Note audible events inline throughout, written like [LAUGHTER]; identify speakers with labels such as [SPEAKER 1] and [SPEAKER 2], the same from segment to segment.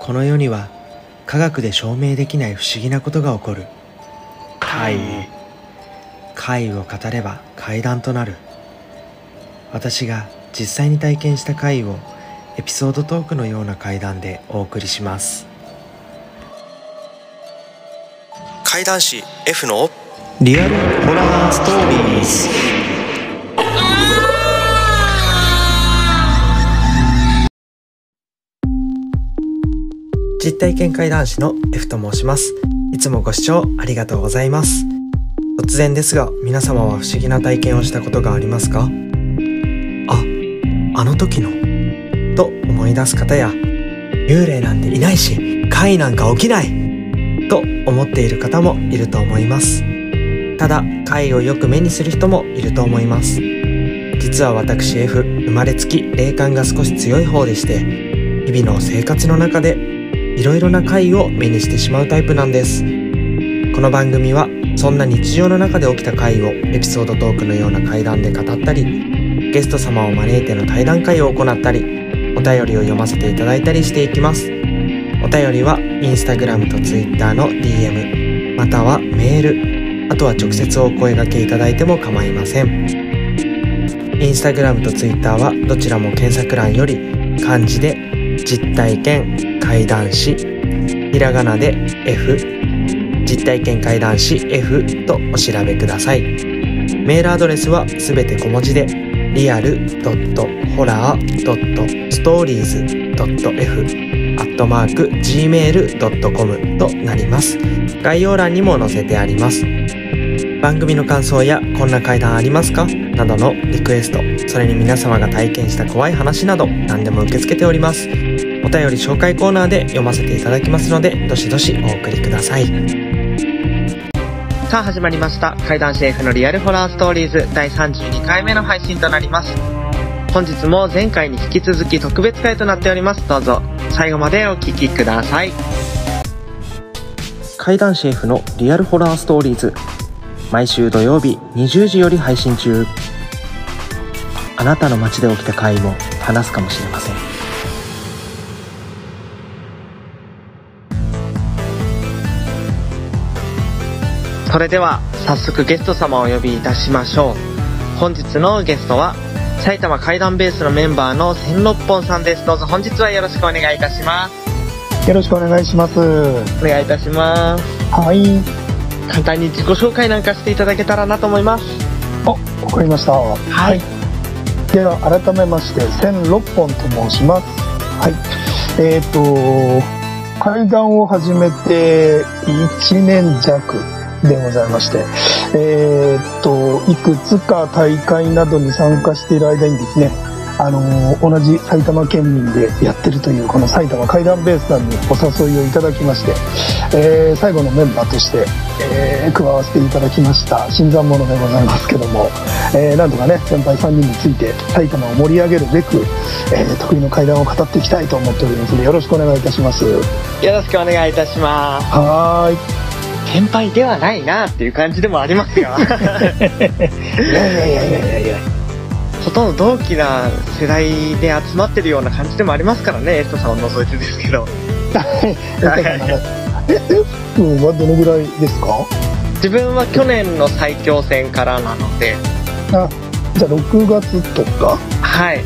[SPEAKER 1] この世には科学で証明できない不思議なことが起こる
[SPEAKER 2] 怪
[SPEAKER 1] 怪異を語れば怪談となる私が実際に体験した怪異をエピソードトークのような怪談でお送りします怪談師 F のリアルホラーストーリー実体験怪談師の F と申しますいつもご視聴ありがとうございます突然ですが皆様は不思議な体験をしたことがありますかああの時のと思い出す方や幽霊なんていないし怪なんか起きないと思っている方もいると思いますただ怪をよく目にする人もいると思います実は私 F 生まれつき霊感が少し強い方でして日々の生活の中でいろいろな怪異を目にしてしまうタイプなんですこの番組はそんな日常の中で起きた怪異をエピソードトークのような怪談で語ったりゲスト様を招いての対談会を行ったりお便りを読ませていただいたりしていきますお便りはインスタグラムとツイッターの DM またはメールあとは直接お声掛けいただいても構いませんインスタグラムとツイッターはどちらも検索欄より漢字で実体験怪談師ひらがなで F 実体験怪談師 F とお調べくださいメールアドレスはすべて小文字で real.horror.stories.f アットマーク gmail.com となります概要欄にも載せてあります番組の感想やこんな怪談ありますかなどのリクエストそれに皆様が体験した怖い話など何でも受け付けておりますお便り紹介コーナーで読ませていただきますのでどしどしお送りくださいさあ始まりました怪談シェフのリアルホラーストーリーズ第32回目の配信となります本日も前回に引き続き特別会となっておりますどうぞ最後までお聞きください怪談シェフのリアルホラーストーリーズ毎週土曜日20時より配信中あなたの街で起きた怪異も話すかもしれませんそれでは早速ゲスト様をお呼びいたしましょう本日のゲストは埼玉怪談ベースのメンバーの千六本さんですどうぞ本日はよろしくお願いいたします
[SPEAKER 3] よろしくお願いします。は
[SPEAKER 1] お願いいたします
[SPEAKER 3] い。
[SPEAKER 1] 簡単に自己紹介なんかしていただけたらなと思います
[SPEAKER 3] わかりました。はいでは、改めまして、千六本と申します。はい。えっ、と、階段を始めて1年弱でございまして、えっ、と、いくつか大会などに参加している間にですね、あの同じ埼玉県民でやってるというこの埼玉階段ベースさんにお誘いをいただきまして、えー最後のメンバーとして、えー加わせていただきました新参者でございますけども、えーなんとかね先輩3人について埼玉を盛り上げるべく、えー得意の階段を語っていきたいと思っておりますのでよろしくお願いいたします
[SPEAKER 1] よろしくお願いいたします
[SPEAKER 3] はー
[SPEAKER 1] 先輩ではないなっていう感じでもありますよ
[SPEAKER 3] いいやいやいやいやいやい [LAUGHS] や
[SPEAKER 1] [LAUGHS] ほとんど同期な世代で集まってるような感じでもありますからねエストさんを除いてですけど
[SPEAKER 3] ええうんはどのぐらいですか
[SPEAKER 1] 自分は去年の最強戦からなので
[SPEAKER 3] あじゃあ6月とか
[SPEAKER 1] はい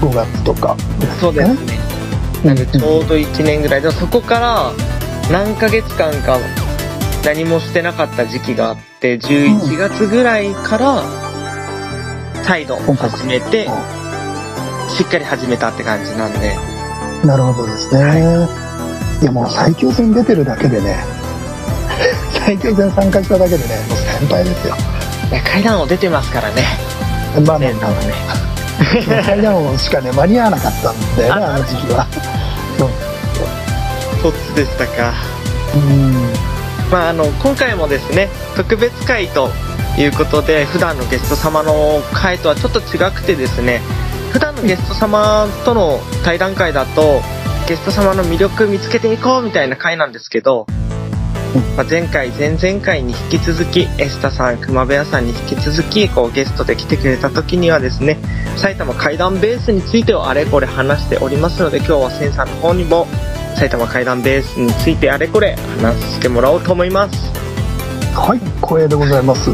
[SPEAKER 3] 5月とか
[SPEAKER 1] そうですね
[SPEAKER 3] なん
[SPEAKER 1] ちょうど1年ぐらいでそこから何ヶ月間か何もしてなかった時期があって11月ぐらいから再度
[SPEAKER 3] 本格
[SPEAKER 1] 始めてしっかり始めたって感じなんで
[SPEAKER 3] なるほどですね、い、やもう最強戦出てるだけでね [LAUGHS] 最強戦参加しただけでねもう先輩ですよ
[SPEAKER 1] いや階段を出てますからね
[SPEAKER 3] [LAUGHS] まあね
[SPEAKER 1] 年間はね
[SPEAKER 3] 階段王しかね間に合わなかったんだよね
[SPEAKER 1] あ
[SPEAKER 3] あの時期は
[SPEAKER 1] [LAUGHS] そっちでしたか
[SPEAKER 3] うん
[SPEAKER 1] まあ、あの今回もですね特別会ということで普段のゲスト様の会とはちょっと違くてですね普段のゲスト様との対談会だとゲスト様の魅力見つけていこうみたいな会なんですけど、まあ、前回前々回に引き続きエスタさん熊部屋さんに引き続きこうゲストで来てくれた時にはですね埼玉怪談ベースについてをあれこれ話しておりますので今日はセンさんの方にも
[SPEAKER 2] 埼玉階段ベースについてあれこれ話してもらおうと思います
[SPEAKER 3] はい光栄でございます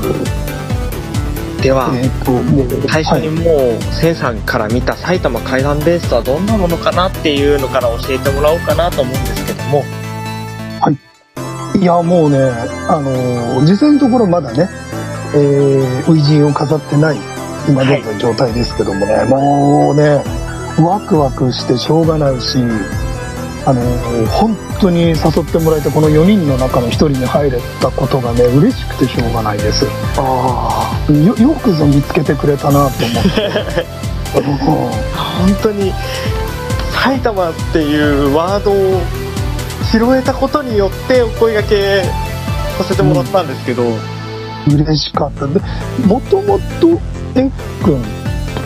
[SPEAKER 2] では
[SPEAKER 3] えっ、ともう
[SPEAKER 2] 最初に
[SPEAKER 3] はい
[SPEAKER 2] もう、千さんから見た埼玉階段ベースとはどんなものかなっていうのから教えてもらおうかなと思うんですけども
[SPEAKER 3] いやもうねあのー実際のところまだね初陣、を飾ってない今現在状態ですけどもね、もうねワクワクしてしょうがないしあのー本当に誘ってもらえたこの4人の中の1人に入れたことがね嬉しくてしょうがないです
[SPEAKER 2] あ
[SPEAKER 3] よよくぞ見つけてくれたなと思ってうん
[SPEAKER 2] あ本当に埼玉っていうワードを拾えたことによってお声がけさせてもらったんですけど、
[SPEAKER 3] 嬉しかったでもともと F 君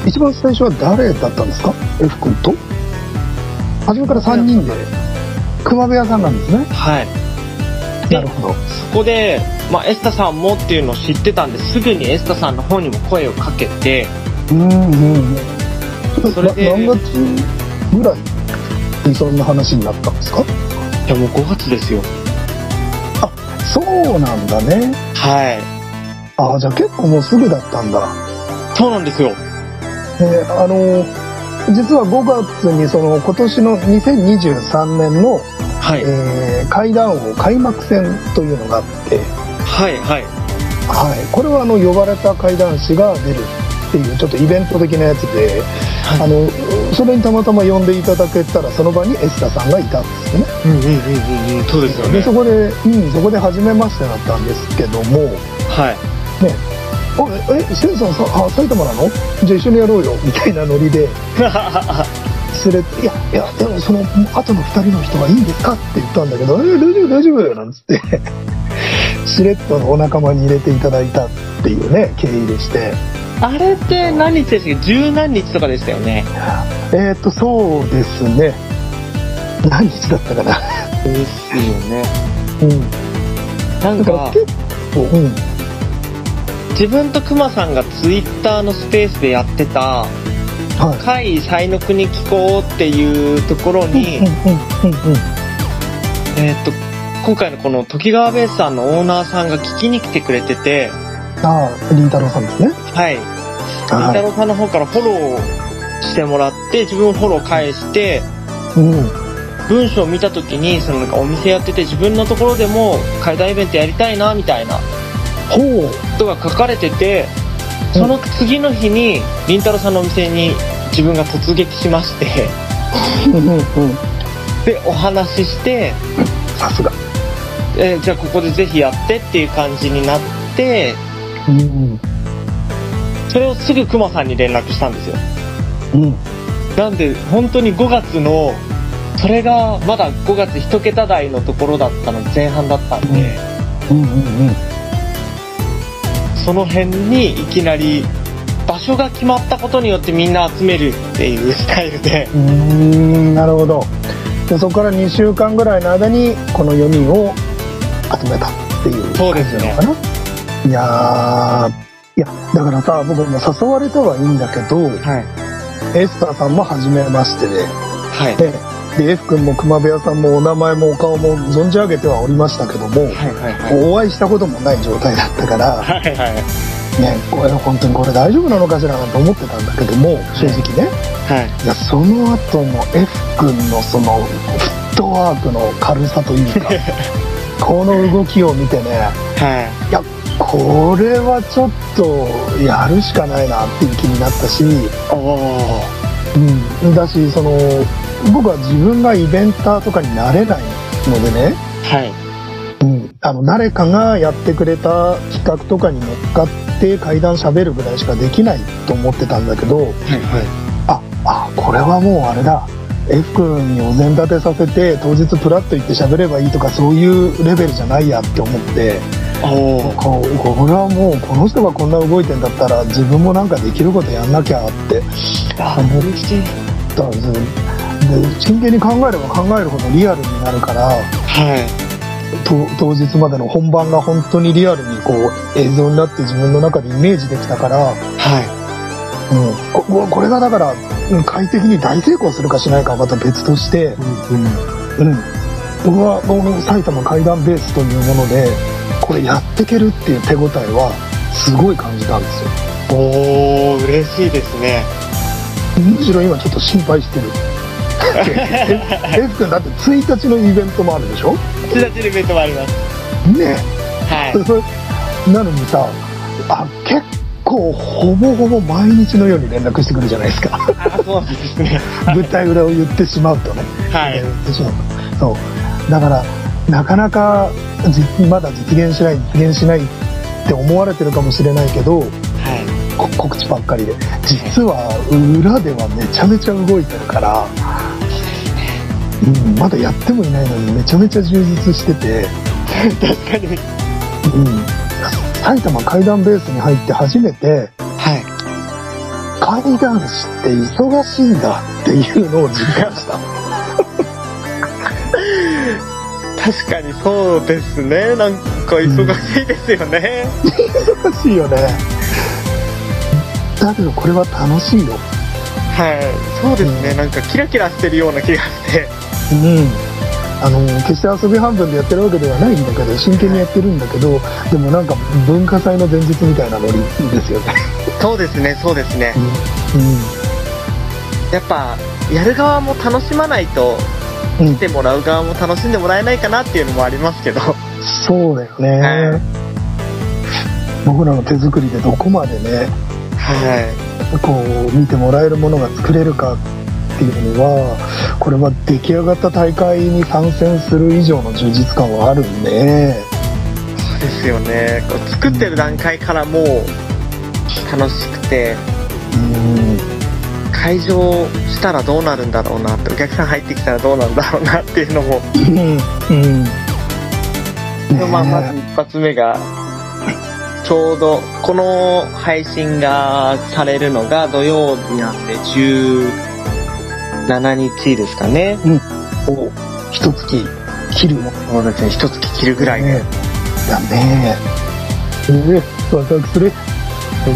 [SPEAKER 3] 一番最初は誰だったんですか F 君と初めから3人で熊部屋さんなんですね
[SPEAKER 2] はいで
[SPEAKER 3] なるほど
[SPEAKER 2] そこで、まあ、エスタさんもっていうのを知ってたんですぐにエスタさんの方にも声をかけて
[SPEAKER 3] うんうん
[SPEAKER 2] それで
[SPEAKER 3] な何月ぐらいにそんな話になったんですか
[SPEAKER 2] いやもう5月ですよ
[SPEAKER 3] そうなんだね
[SPEAKER 2] はい
[SPEAKER 3] ああじゃあ結構もうすぐだったんだ
[SPEAKER 2] そうなんですよ
[SPEAKER 3] えあの実は5月にその今年の2023年の、
[SPEAKER 2] はい、
[SPEAKER 3] えー、会談王開幕戦というのがあって、
[SPEAKER 2] はいはい
[SPEAKER 3] はい、これはあの呼ばれた怪談師が出るっていうちょっとイベント的なやつで、
[SPEAKER 2] はい
[SPEAKER 3] あのそれにたまたま呼んでいただけたらその場にエスタさんがいたんですよね
[SPEAKER 2] うんうんうんうんそうですよね
[SPEAKER 3] でそこで、うん、そこで初めましてだったんですけども
[SPEAKER 2] はい
[SPEAKER 3] 「あええシェンさんさあ埼玉なのじゃあ一緒にやろうよ」みたいなノリ [LAUGHS] で。連れて「いやいやでもその後の2人の人がいいんですか?」って言ったんだけど「え大丈夫大丈夫」なんつって [LAUGHS] しれっとお仲間に入れていただいたっていうね経緯でして
[SPEAKER 2] あれって何日でしたっけ十何日とかでしたよね
[SPEAKER 3] えっ、とそうですね何日だったかな
[SPEAKER 2] ですよね
[SPEAKER 3] うん
[SPEAKER 2] なん
[SPEAKER 3] だから
[SPEAKER 2] か
[SPEAKER 3] 結構うん
[SPEAKER 2] 自分とクマさんがツイッターのスペースでやってた
[SPEAKER 3] はい
[SPEAKER 2] 「会才の国聞こう」っていうところに、
[SPEAKER 3] うんうんうんうん
[SPEAKER 2] えーっと今回のこの時川ベースさんのオーナーさんが聞きに来てくれてて
[SPEAKER 3] あありんたろーさんですね
[SPEAKER 2] はいりんた
[SPEAKER 3] は
[SPEAKER 2] ろーさんの方からフォローしてもらって自分フォロー返して
[SPEAKER 3] い、うん、
[SPEAKER 2] 文章を見た時にそのなんかお店やってて自分のところでも階段イベントやりたいなみたいな
[SPEAKER 3] ほう
[SPEAKER 2] ことが書かれててその次の日にりんたろーさんのお店に自分が突撃しまして [LAUGHS]
[SPEAKER 3] うんうんうん
[SPEAKER 2] でお話しして、
[SPEAKER 3] さすが
[SPEAKER 2] えーじゃあここでぜひやってっていう感じになって
[SPEAKER 3] うん
[SPEAKER 2] それをすぐクマさんに連絡したんですよ
[SPEAKER 3] うん
[SPEAKER 2] なんで本当に5月のそれがまだ5月1桁台のところだったの前半だったんで、
[SPEAKER 3] うんうんうん
[SPEAKER 2] その辺にいきなり場所が決まったことによってみんな集めるっていうスタイルで
[SPEAKER 3] うーんなるほどでそこから2週間ぐらいの間にこの4人を集めたっていう
[SPEAKER 2] そうですね
[SPEAKER 3] 感じなのかないやーいやだからさ僕も誘われてはいいんだけど
[SPEAKER 2] はい
[SPEAKER 3] エスターさんも初めましてで、
[SPEAKER 2] はい
[SPEAKER 3] ねで F 君も熊部屋さんもお名前もお顔も存じ上げてはおりましたけども、
[SPEAKER 2] はいはいはい
[SPEAKER 3] お会いしたこともない状態だったから、
[SPEAKER 2] はいはい
[SPEAKER 3] ね、これ本当にこれ大丈夫なのかしらなんて思ってたんだけども正直ね、
[SPEAKER 2] はい
[SPEAKER 3] いやその後の F 君のそのフットワークの軽さというかこの動きを見てね
[SPEAKER 2] はい
[SPEAKER 3] いやこれはちょっとやるしかないなっていう気になったし、
[SPEAKER 2] おお
[SPEAKER 3] うん、だしその僕は自分がイベンターとかになれないのでね、
[SPEAKER 2] はい
[SPEAKER 3] うん、あの誰かがやってくれた企画とかに乗っかって階段しゃべるぐらいしかできないと思ってたんだけど、
[SPEAKER 2] はいはい
[SPEAKER 3] ああこれはもうあれだ F 君にお膳立てさせて当日プラッと行って喋ればいいとかそういうレベルじゃないやって思って
[SPEAKER 2] おお
[SPEAKER 3] ここれはもうこの人がこんな動いてんだったら自分もなんかできることやんなきゃって
[SPEAKER 2] あ
[SPEAKER 3] もう
[SPEAKER 2] 嬉しい
[SPEAKER 3] だからずで真剣に考えれば考えるほどリアルになるから
[SPEAKER 2] はい
[SPEAKER 3] と当日までの本番が本当にリアルにこう映像になって自分の中でイメージできたから、
[SPEAKER 2] は
[SPEAKER 3] うん、こここれがだからうん快適に大成功するかしないかはまた別として。
[SPEAKER 2] いうんうん
[SPEAKER 3] うん、僕はこの埼玉階段ベースというものでこれやっていけるっていう手応えはすごい感じたんですよ
[SPEAKER 2] おー、嬉しいですね。
[SPEAKER 3] むしろ今ちょっと心配 [LAUGHS] してるえ F 君だって1日のイベントもあるでしょ
[SPEAKER 2] 1日のイベントもあります。
[SPEAKER 3] ね
[SPEAKER 2] はい。
[SPEAKER 3] それなのにさあ結構ほぼほぼ毎日のように連絡してくるじゃないですか
[SPEAKER 2] あ、そうなんですね。
[SPEAKER 3] 舞台裏を言ってしまうとね
[SPEAKER 2] はい。
[SPEAKER 3] 言ってしまうとそうだからなかなかじまだ実現しない実現しないって思われてるかもしれないけど
[SPEAKER 2] は
[SPEAKER 3] こ告知ばっかりで実は裏ではめちゃめちゃ動いてるから、うん、まだやってもいないのにめちゃめちゃ充実してて、
[SPEAKER 2] い。確かに。
[SPEAKER 3] うん、埼玉階段ベースに入って初めて
[SPEAKER 2] はい。
[SPEAKER 3] 階段師って忙しいんだっていうのを実感した
[SPEAKER 2] 確かにそうですね。なんか忙しいですよね。
[SPEAKER 3] 難しいよねだけどこれは楽しいよ
[SPEAKER 2] はい。そうですね。なんかキラキラしてるような気がして。
[SPEAKER 3] うんあの決して遊び半分でやってるわけではないんだけど真剣にやってるんだけどでもなんか文化祭の前日みたいなノリですよね、
[SPEAKER 2] そうですね、そうですね
[SPEAKER 3] う。ん
[SPEAKER 2] やっぱ、やる側も楽しまないと、
[SPEAKER 3] うん
[SPEAKER 2] 来てもらう側も楽しんでもらえないかなっていうのもありますけど。
[SPEAKER 3] そうだよね、
[SPEAKER 2] はい
[SPEAKER 3] 僕らの手作りでどこまでね
[SPEAKER 2] は
[SPEAKER 3] こう見てもらえるものが作れるかっていうのはこれは出来上がった大会に参戦する以上の充実感はあるんで
[SPEAKER 2] い。そうですよね。こう作ってる段階からもう、楽しくて、
[SPEAKER 3] うん
[SPEAKER 2] 会場したらどうなるんだろうなってお客さん入ってきたらどうなんだろうなっていうのも、
[SPEAKER 3] うん [LAUGHS] うん
[SPEAKER 2] まあ、まず一発目がちょうどこの配信がされるのが土曜日なんで17日ですかね
[SPEAKER 3] を一月切るもの
[SPEAKER 2] そうですね一月切るぐらいで、
[SPEAKER 3] ねだねええワクワクする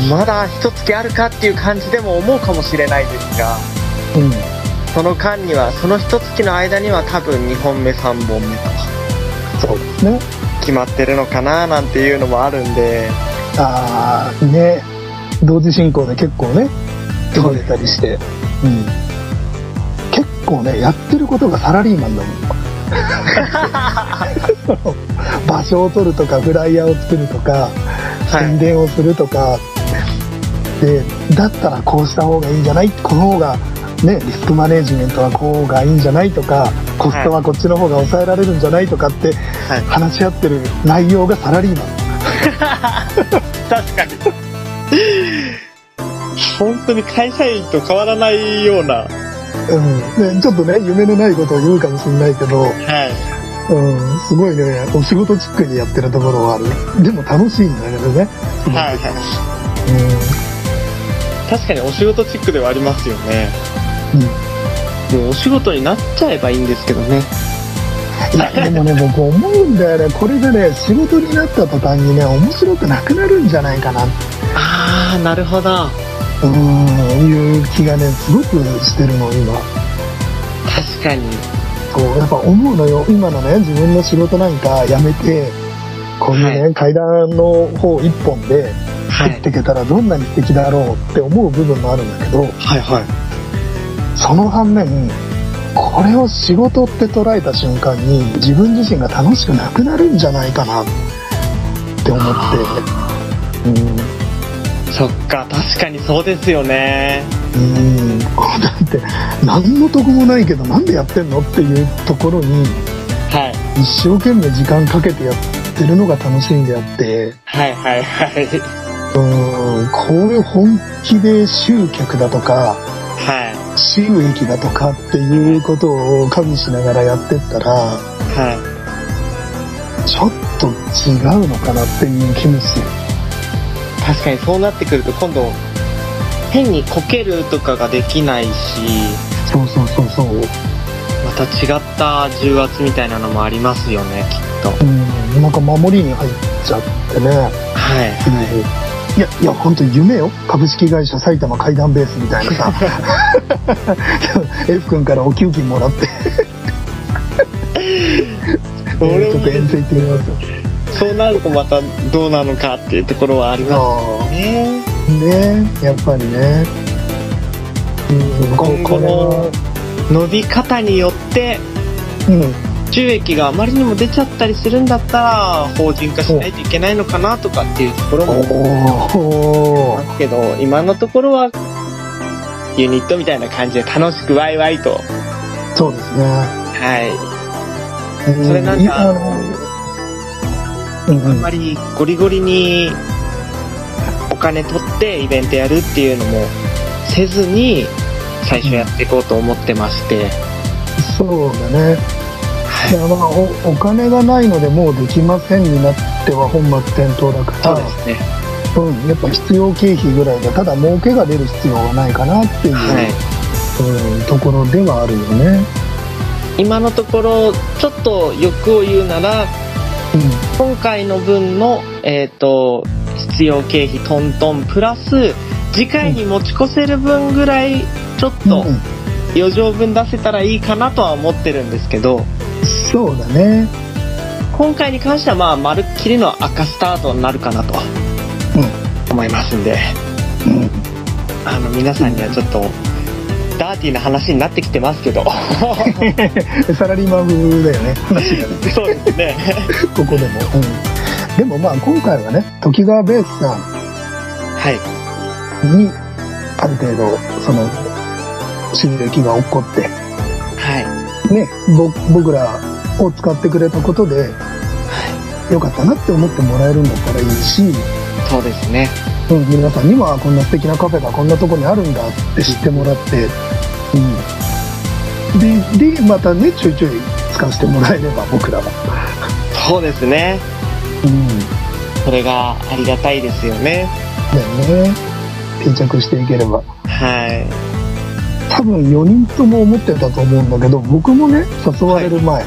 [SPEAKER 2] まだ一月あるかっていう感じでも思うかもしれないですが
[SPEAKER 3] うん
[SPEAKER 2] その間にはその一月の間には多分2本目3本目とか
[SPEAKER 3] そうですね
[SPEAKER 2] 決まってるのかななんていうのもあるんで
[SPEAKER 3] ああね同時進行で結構ね
[SPEAKER 2] そ
[SPEAKER 3] 動
[SPEAKER 2] う
[SPEAKER 3] い
[SPEAKER 2] ですね
[SPEAKER 3] たりしてうん結構ねやってることがサラリーマンだもん [LAUGHS] 場所を取るとかフライヤーを作るとか
[SPEAKER 2] い
[SPEAKER 3] 宣伝をするとか、でだったらこうした方がいいんじゃないこの方がねリスクマネジメントはこうがいいんじゃないとかコストはこっちの方が抑えられるんじゃないとかって
[SPEAKER 2] はい
[SPEAKER 3] 話し合ってる内容がサラリーマン
[SPEAKER 2] 確かに [LAUGHS] 本当に会社員と変わらないようなは
[SPEAKER 3] うん、ねちょっとね夢のないことを言うかもしれないけど、
[SPEAKER 2] い
[SPEAKER 3] うん、すごいねお仕事チックにやってるところはあるでも楽しいんだけどね、
[SPEAKER 2] はいはい確かにお仕事チックではありますよね
[SPEAKER 3] うんうん
[SPEAKER 2] もうお仕事になっちゃえばいいんですけどね
[SPEAKER 3] いやでもね僕思うんだよねこれがね仕事になった途端にね面白くなくなるんじゃないかな
[SPEAKER 2] ああなるほど
[SPEAKER 3] うんいう気がねすごくしてるの今
[SPEAKER 2] 確かに
[SPEAKER 3] そうやっぱ思うのよ今のね自分の仕事なんかやめてこういうね、
[SPEAKER 2] は
[SPEAKER 3] 階段の方一本で
[SPEAKER 2] は
[SPEAKER 3] 作っていけたらどんなに素敵だろうって思う部分もあるんだけど
[SPEAKER 2] はいはい
[SPEAKER 3] その反面これを仕事って捉えた瞬間に自分自身が楽しくなくなるんじゃないかなって思ってうん
[SPEAKER 2] そっか確かにそうですよね
[SPEAKER 3] うんだって何の得もないけどなんでやってんのっていうところに
[SPEAKER 2] はい
[SPEAKER 3] 一生懸命時間かけてやってるのが楽しいんであって
[SPEAKER 2] はいはいはい
[SPEAKER 3] うんこれ本気で集客だとか
[SPEAKER 2] はい
[SPEAKER 3] 収益だとかっていうことを加味しながらやってったら
[SPEAKER 2] はい
[SPEAKER 3] ちょっと違うのかなっていう気もする
[SPEAKER 2] 確かにそうなってくると今度変にこけるとかができないし
[SPEAKER 3] そうそうそうそう
[SPEAKER 2] また違った重圧みたいなのもありますよねきっと
[SPEAKER 3] うんなんか守りに入っちゃってね、
[SPEAKER 2] はい
[SPEAKER 3] いやいや本当夢よ株式会社埼玉階段ベースみたいな [LAUGHS] さ F 君からお給金もらってえ
[SPEAKER 2] [LAUGHS] 俺
[SPEAKER 3] っと
[SPEAKER 2] も
[SPEAKER 3] 弁って言ってみますよ
[SPEAKER 2] そうなるとまたどうなのかっていうところはあります
[SPEAKER 3] あ
[SPEAKER 2] ね。
[SPEAKER 3] あねやっぱりねうんこ
[SPEAKER 2] 今後
[SPEAKER 3] これ
[SPEAKER 2] の
[SPEAKER 3] は
[SPEAKER 2] 伸び方によって
[SPEAKER 3] うん
[SPEAKER 2] 収益があまりにも出ちゃったりするんだったら法人化しないといけないのかなとかっていうところも
[SPEAKER 3] お
[SPEAKER 2] あ
[SPEAKER 3] ー
[SPEAKER 2] るけど今のところはユニットみたいな感じで楽しくワイワイと
[SPEAKER 3] そうですね
[SPEAKER 2] は
[SPEAKER 3] うん
[SPEAKER 2] いそれなん
[SPEAKER 3] 今
[SPEAKER 2] か
[SPEAKER 3] のうん
[SPEAKER 2] あ
[SPEAKER 3] うん
[SPEAKER 2] んまりゴリゴリにお金取ってイベントやるっていうのもせずに最初やっていこうと思ってまして
[SPEAKER 3] そうだね。いやまあおお金がないのでもうできませんになっては本末転倒だから
[SPEAKER 2] すね
[SPEAKER 3] うん、やっぱ必要経費ぐらいでただ儲けが出る必要はないかなっていう、
[SPEAKER 2] はい
[SPEAKER 3] うん、ところではあるよね。
[SPEAKER 2] 今のところちょっと欲を言うなら今回の分の、えー、と必要経費トントンプラス次回に持ち越せる分ぐらいちょっ
[SPEAKER 3] うん、
[SPEAKER 2] と
[SPEAKER 3] うん
[SPEAKER 2] 余剰分出せたらいいかなとは思ってるんですけど
[SPEAKER 3] そうだね。
[SPEAKER 2] 今回に関してはまあまるっきりの赤スタートになるかなと思いますんで
[SPEAKER 3] うん、うん、
[SPEAKER 2] あの皆さんにはちょっとダーティーな話になってきてますけ
[SPEAKER 3] [LAUGHS]
[SPEAKER 2] ど
[SPEAKER 3] サラリーマン風だよね話がね
[SPEAKER 2] そうですね
[SPEAKER 3] ここでも、うん、でもまあ今回はね時川ベースさん
[SPEAKER 2] はい
[SPEAKER 3] にある程度その収益が起こって
[SPEAKER 2] はい
[SPEAKER 3] ねぼ僕らを使ってくれたことで良かったなって思ってもらえるんだったらいいし、
[SPEAKER 2] そうですね
[SPEAKER 3] うん、皆さんにはこんな素敵なカフェがこんなとこにあるんだって知ってもらって、うん、ででまたねちょいちょい使わせてもらえれば僕らは、
[SPEAKER 2] そうですね
[SPEAKER 3] うん、
[SPEAKER 2] それがありがたいですよね
[SPEAKER 3] だよね定着していければ。
[SPEAKER 2] はい
[SPEAKER 3] 多分4人とも思ってたと思うんだけど僕もね誘われる前、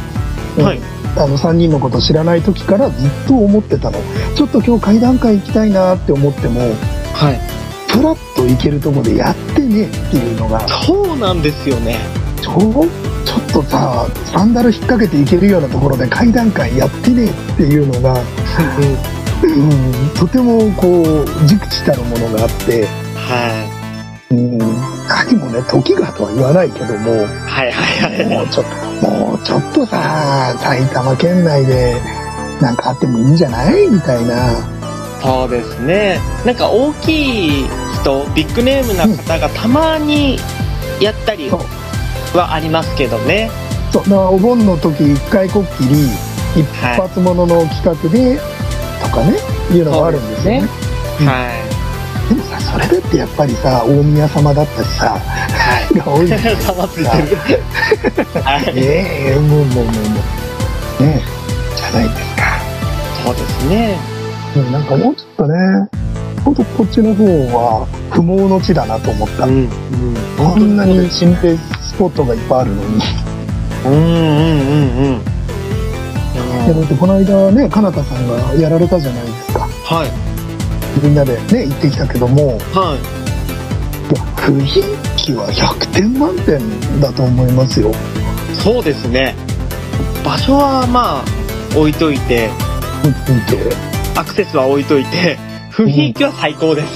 [SPEAKER 3] うん
[SPEAKER 2] はい
[SPEAKER 3] あの3人のこと知らない時からずっと思ってたのちょっと今日会談会行きたいなって思っても
[SPEAKER 2] はい
[SPEAKER 3] プラッと行けるとこでやってねっていうのがち
[SPEAKER 2] そうなんですよね
[SPEAKER 3] ょちょっとさサンダル引っ掛けて行けるようなところで会談会やってねっていうのが、うん、とてもこう熟知たるものがあって、
[SPEAKER 2] は
[SPEAKER 3] うん、何もね時がとは言わないけども、
[SPEAKER 2] いはいはいはい
[SPEAKER 3] もうちょっと、もうちょっとさ、埼玉県内で、なんかあってもいいんじゃないみたいな。
[SPEAKER 2] そうですねなんか大きい人ビッグネームな方がたまにやったり
[SPEAKER 3] そう
[SPEAKER 2] はありますけどね
[SPEAKER 3] そう、だからお盆の時一回こっきり、一発ものの企画で、とかね、いうのがあるんですよね。でう
[SPEAKER 2] [LAUGHS]
[SPEAKER 3] ん
[SPEAKER 2] は
[SPEAKER 3] もさ、それだってやっぱりさ、大宮様だったしさ、
[SPEAKER 2] いは
[SPEAKER 3] が
[SPEAKER 2] [LAUGHS]
[SPEAKER 3] 多いんだよ
[SPEAKER 2] いざわついてるはい
[SPEAKER 3] ねえ、もうもうもうもう。ねえ、じゃないですか。
[SPEAKER 2] そうですね
[SPEAKER 3] うんなんかもうちょっとね、ほんとこっちの方は不毛の地だなと思った。
[SPEAKER 2] ん
[SPEAKER 3] こんなに心霊スポットがいっぱいあるのに。
[SPEAKER 2] うんうんうんうん
[SPEAKER 3] いやだってこの間ね、かなたさんがやられたじゃないですか。
[SPEAKER 2] はい
[SPEAKER 3] みんなでね、行ってきたけども、
[SPEAKER 2] はい
[SPEAKER 3] いや、雰囲気は100点満点だと思いますよ。
[SPEAKER 2] そうですね場所はまあ置いといて
[SPEAKER 3] 見て。
[SPEAKER 2] アクセスは置いといて雰囲気は最高です、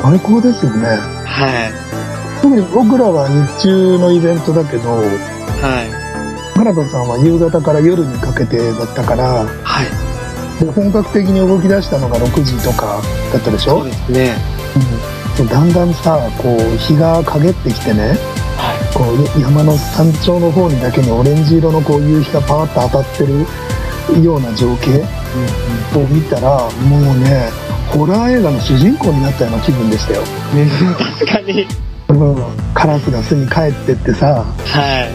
[SPEAKER 3] 最高ですよね。
[SPEAKER 2] はい
[SPEAKER 3] 特に僕らは日中のイベントだけど、
[SPEAKER 2] はい
[SPEAKER 3] かなたさんは夕方から夜にかけてだったから、
[SPEAKER 2] はい
[SPEAKER 3] で本格的に動き出したのが6時とかだったでし
[SPEAKER 2] そう
[SPEAKER 3] ょ、
[SPEAKER 2] ですね
[SPEAKER 3] うん、だんだんさ、こう、日が陰ってきてね、
[SPEAKER 2] は
[SPEAKER 3] こう山の山頂の方にだけにオレンジ色のこう夕日がパーッと当たってるような情景を見たらもうねホラー映画の主人公になったような気分でしたよ、
[SPEAKER 2] い確かに
[SPEAKER 3] うん、カラスが巣に帰ってってさ
[SPEAKER 2] は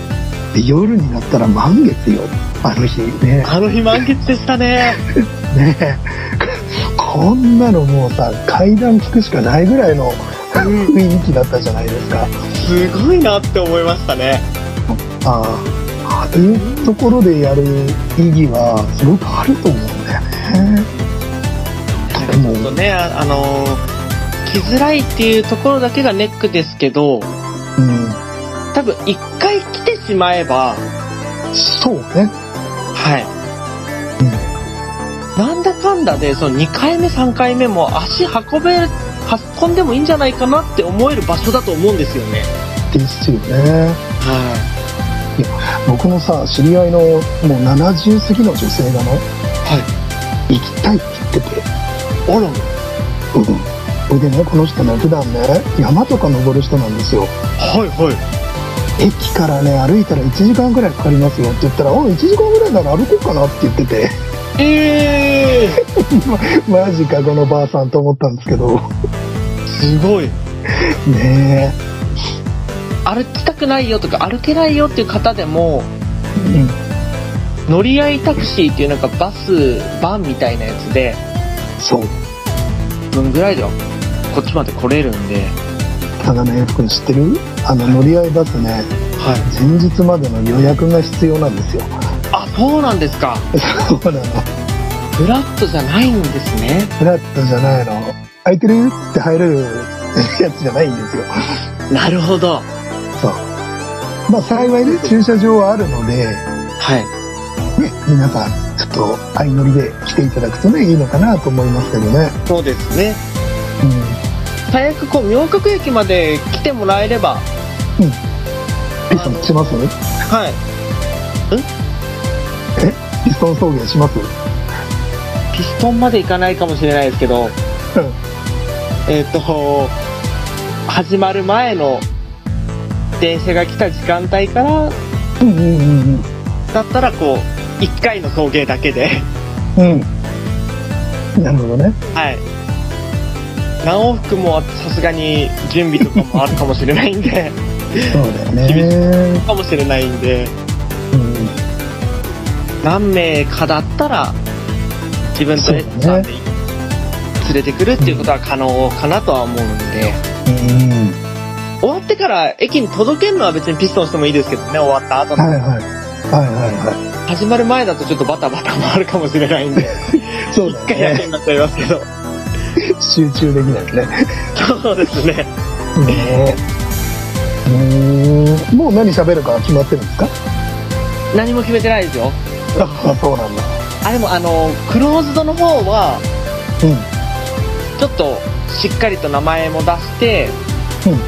[SPEAKER 2] い
[SPEAKER 3] で夜になったら満月よあの日ね
[SPEAKER 2] あの日満喫でしたね
[SPEAKER 3] ね [LAUGHS] こんなのもうさ階段聞くしかないぐらいの雰囲気だったじゃないですか
[SPEAKER 2] すごいなって思いましたね
[SPEAKER 3] ああああいうところでやる意義はすごくあると思うんだよね
[SPEAKER 2] なんかちょっとねああのー来づらいっていうところだけがネックですけど
[SPEAKER 3] う
[SPEAKER 2] 多分一回来てしまえば
[SPEAKER 3] ん、そうね。
[SPEAKER 2] はいかんだで、その2回目、3回目も足運べ、運んでもいいんじゃないかなって思える場所だと思うんですよね。
[SPEAKER 3] ですよね。
[SPEAKER 2] は
[SPEAKER 3] 僕のさ、知り合いのもう70過ぎの女性がね、
[SPEAKER 2] い。はい。
[SPEAKER 3] 行きたいって言ってて、
[SPEAKER 2] あら、
[SPEAKER 3] うん。それでね、この人ね、普段ね、山とか登る人なんですよ。
[SPEAKER 2] はいはい。
[SPEAKER 3] 駅からね、歩いたら1時間ぐらいかかりますよって言ったら、お1時間ぐらいなら歩こうかなって言って [LAUGHS] て、
[SPEAKER 2] ええ
[SPEAKER 3] マジかこのばあさんと思ったんですけど、
[SPEAKER 2] ー、すごい。
[SPEAKER 3] ね
[SPEAKER 2] 歩きたくないよとか歩けないよっていう方でも、
[SPEAKER 3] え、うん、
[SPEAKER 2] 乗り合いタクシーっていうなんかバス、バンみたいなやつで、
[SPEAKER 3] そう。
[SPEAKER 2] 分ぐらいではこっちまで来れるんで、
[SPEAKER 3] ただね、これ知ってるあの乗り合いバスね、
[SPEAKER 2] はい。
[SPEAKER 3] 前日までの予約が必要なんですよ。 [LAUGHS]
[SPEAKER 2] あ、そうなんですか。
[SPEAKER 3] そうなの。
[SPEAKER 2] フラットじゃないんですね。
[SPEAKER 3] フラットじゃないの。空いてるって入れるやつじゃないんですよ。
[SPEAKER 2] なるほど。
[SPEAKER 3] そう。まあ幸いね、駐車場はあるので、ね、
[SPEAKER 2] はい。
[SPEAKER 3] 皆さん、ちょっと相乗りで来ていただくとね、いいのかなと思いますけどね。
[SPEAKER 2] そうですね。
[SPEAKER 3] うん。
[SPEAKER 2] 最悪こう、妙角駅まで来てもらえれば、
[SPEAKER 3] ピストンします
[SPEAKER 2] はい。
[SPEAKER 3] ピストン送迎しますう
[SPEAKER 2] ピストンまで行かないかもしれないですけど、
[SPEAKER 3] ん。
[SPEAKER 2] えっ、と、始まる前の電車が来た時間帯から、
[SPEAKER 3] うんうんうん
[SPEAKER 2] だったらこう、1回の送迎だけで、
[SPEAKER 3] うん。うん。なるほどね。
[SPEAKER 2] はい。何往復もさすがに準備とかもあるかもしれないん
[SPEAKER 3] [LAUGHS]
[SPEAKER 2] で、
[SPEAKER 3] そうだよね。
[SPEAKER 2] かもしれないんで、
[SPEAKER 3] うん。
[SPEAKER 2] 何名かだったら、自分とエッチさんで連れてくるっていうことは可能かなとは思うんで、
[SPEAKER 3] うん。
[SPEAKER 2] 終わってから駅に届けるのは別にピストンしてもいいですけどね、終わった後の
[SPEAKER 3] はいはい。はいはいは
[SPEAKER 2] 始まる前だとちょっとバタバタもあるかもしれない [LAUGHS] んで、
[SPEAKER 3] い。そう
[SPEAKER 2] 一回
[SPEAKER 3] だ
[SPEAKER 2] だ [LAUGHS]
[SPEAKER 3] よ
[SPEAKER 2] け
[SPEAKER 3] ね。
[SPEAKER 2] になっちゃいますけど。
[SPEAKER 3] 集中できないね。
[SPEAKER 2] そうですね。
[SPEAKER 3] ねえ。うん。もう何喋るか決まってるんですか
[SPEAKER 2] 何も決めてないですよ。
[SPEAKER 3] あ、そうなんだ。
[SPEAKER 2] あ、でもあの、クローズドの方は、
[SPEAKER 3] うん。
[SPEAKER 2] ちょっとしっかりと名前も出して、
[SPEAKER 3] うん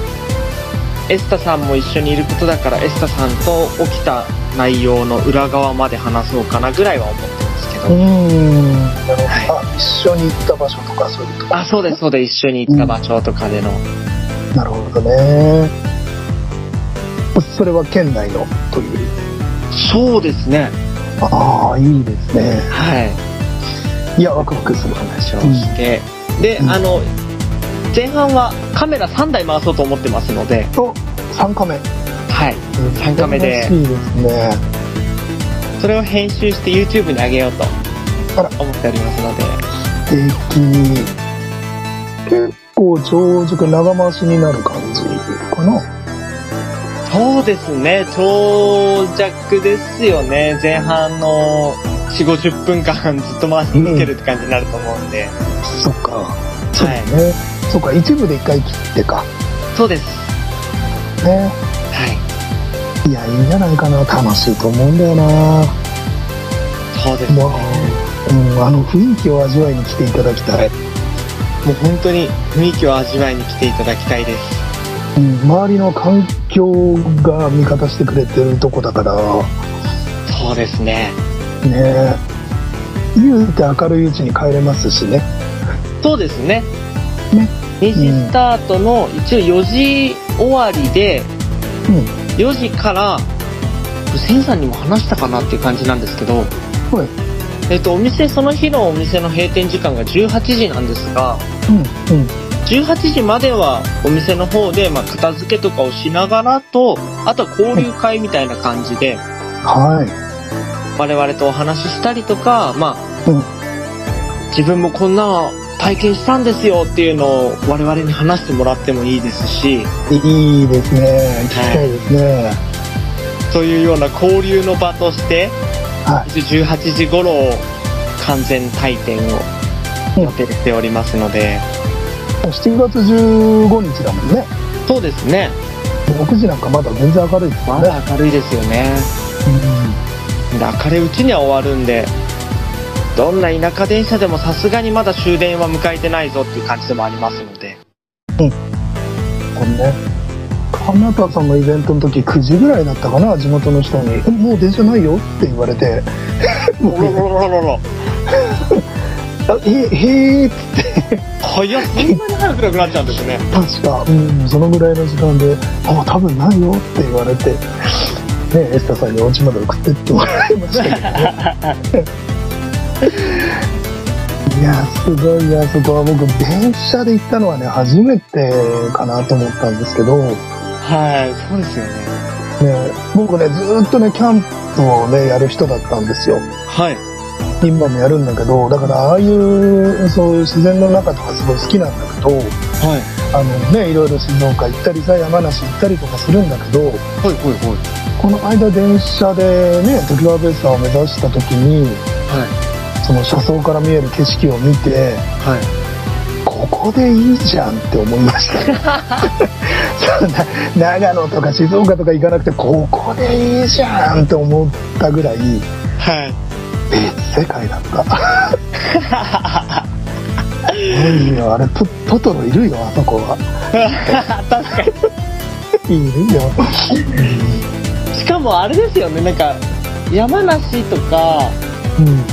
[SPEAKER 2] エスタさんも一緒にいることだからエスタさんと起きた内容の裏側まで話そうかなぐらいは思ってますけど、
[SPEAKER 3] うん。なるほど。あ、一緒に行った場所とかそういうとこ
[SPEAKER 2] あそうですそうです一緒に行った場所とかでの、
[SPEAKER 3] なるほどね。それは県内のという。
[SPEAKER 2] そうですね
[SPEAKER 3] ああ、いいですね。
[SPEAKER 2] はい
[SPEAKER 3] いや、ワクワクする話
[SPEAKER 2] 話を
[SPEAKER 3] を。
[SPEAKER 2] して、で、
[SPEAKER 3] うん
[SPEAKER 2] あの前半はカメラ3台回そうと思ってますので、
[SPEAKER 3] と、3カメ。
[SPEAKER 2] はい、三カメで
[SPEAKER 3] 楽しいですね。
[SPEAKER 2] それを編集して YouTube に上げようと
[SPEAKER 3] あら
[SPEAKER 2] 思っておりますので
[SPEAKER 3] 素敵。結構長熟長回しになる感じかな。
[SPEAKER 2] そうですね、長尺ですよね。前半の4、50分間 [LAUGHS] ずっと回し続けるって感じになると思うんで。
[SPEAKER 3] そっか。そうだね。そっか、一部で一回切ってか。
[SPEAKER 2] そうです。
[SPEAKER 3] ね。
[SPEAKER 2] はい。
[SPEAKER 3] いや、いいんじゃないかな。楽しいと思うんだよな。
[SPEAKER 2] そうですね。
[SPEAKER 3] も
[SPEAKER 2] も
[SPEAKER 3] う、うん、あの雰囲気を味わいに来ていただきたい。
[SPEAKER 2] う本当に雰囲気を味わいに来ていただきたいです。
[SPEAKER 3] うん、周りの環境が味方してくれてるとこだから、
[SPEAKER 2] そうですね。
[SPEAKER 3] ね。言うて明るいうちに帰れますしね。
[SPEAKER 2] そうですね。
[SPEAKER 3] ね
[SPEAKER 2] 2時スタートの一応4時終わりで、
[SPEAKER 3] うん。
[SPEAKER 2] 4時から、センさんにも話したかなっていう感じなんですけど、
[SPEAKER 3] はい。
[SPEAKER 2] えっと、お店、その日のお店の閉店時間が18時なんですが、
[SPEAKER 3] うん。うん。
[SPEAKER 2] 18時まではお店の方で、まあ、片付けとかをしながらと、あとは交流会みたいな感じで、
[SPEAKER 3] は
[SPEAKER 2] 我々とお話ししたりとか、まあ、
[SPEAKER 3] うん
[SPEAKER 2] 自分もこんなの体験したんですよっていうのを我々に話してもらってもいいですし、
[SPEAKER 3] い。いいですね。聞きたいですね。
[SPEAKER 2] そういうような交流の場として、
[SPEAKER 3] は
[SPEAKER 2] 一応18時頃完全退店を予定しておりますので、
[SPEAKER 3] 7月15日だもんね
[SPEAKER 2] そうですね。
[SPEAKER 3] 6時なんかまだ全然明るいです
[SPEAKER 2] ま
[SPEAKER 3] もんね、
[SPEAKER 2] だ明るいですよね。
[SPEAKER 3] うん
[SPEAKER 2] で明るいうちには終わるんで、どんな田舎電車でもさすがにまだ終電は迎えてないぞっていう感じでもありますの
[SPEAKER 3] [LAUGHS]
[SPEAKER 2] で
[SPEAKER 3] このね花田さんのイベントの時9時ぐらいだったかな地元の人に「えもう電車ないよ」って言われ [LAUGHS] て
[SPEAKER 2] お
[SPEAKER 3] [LAUGHS]
[SPEAKER 2] ろろろろろろ
[SPEAKER 3] あ「えへえ」って
[SPEAKER 2] 早っそんなに早くなくなっちゃうんですね
[SPEAKER 3] 確か、うん、そのぐらいの時間で「あ多分ないよ」って言われて、ね、エスタさんにお家まで送ってってもらいましたけどね [LAUGHS] いやすごいあそこは僕電車で行ったのはね初めてかなと思ったんですけど、ね、
[SPEAKER 2] はいそうですよね
[SPEAKER 3] 僕ねずーっとねキャンプをねやる人だったんですよ
[SPEAKER 2] はい
[SPEAKER 3] 今もやるんだけどだからああいうそういう自然の中とかすごい好きなんだけど、
[SPEAKER 2] はい
[SPEAKER 3] あのね、いろいろ静岡行ったりさ山梨行ったりとかするんだけど
[SPEAKER 2] はいはいはい
[SPEAKER 3] この間電車でね常盤ベースを目指した時に
[SPEAKER 2] は
[SPEAKER 3] その車窓から見える景色を見て
[SPEAKER 2] いはい
[SPEAKER 3] ここでいいじゃんって思いましたねそんな長野とか静岡とか行かなくてここでいいじゃんって思ったぐらい
[SPEAKER 2] はい [LAUGHS]
[SPEAKER 3] 別世界だった [LAUGHS] すごいよあれトトトロいるよあそこは確かにいるよ
[SPEAKER 2] しかもあれですよねなんか山梨とか
[SPEAKER 3] うん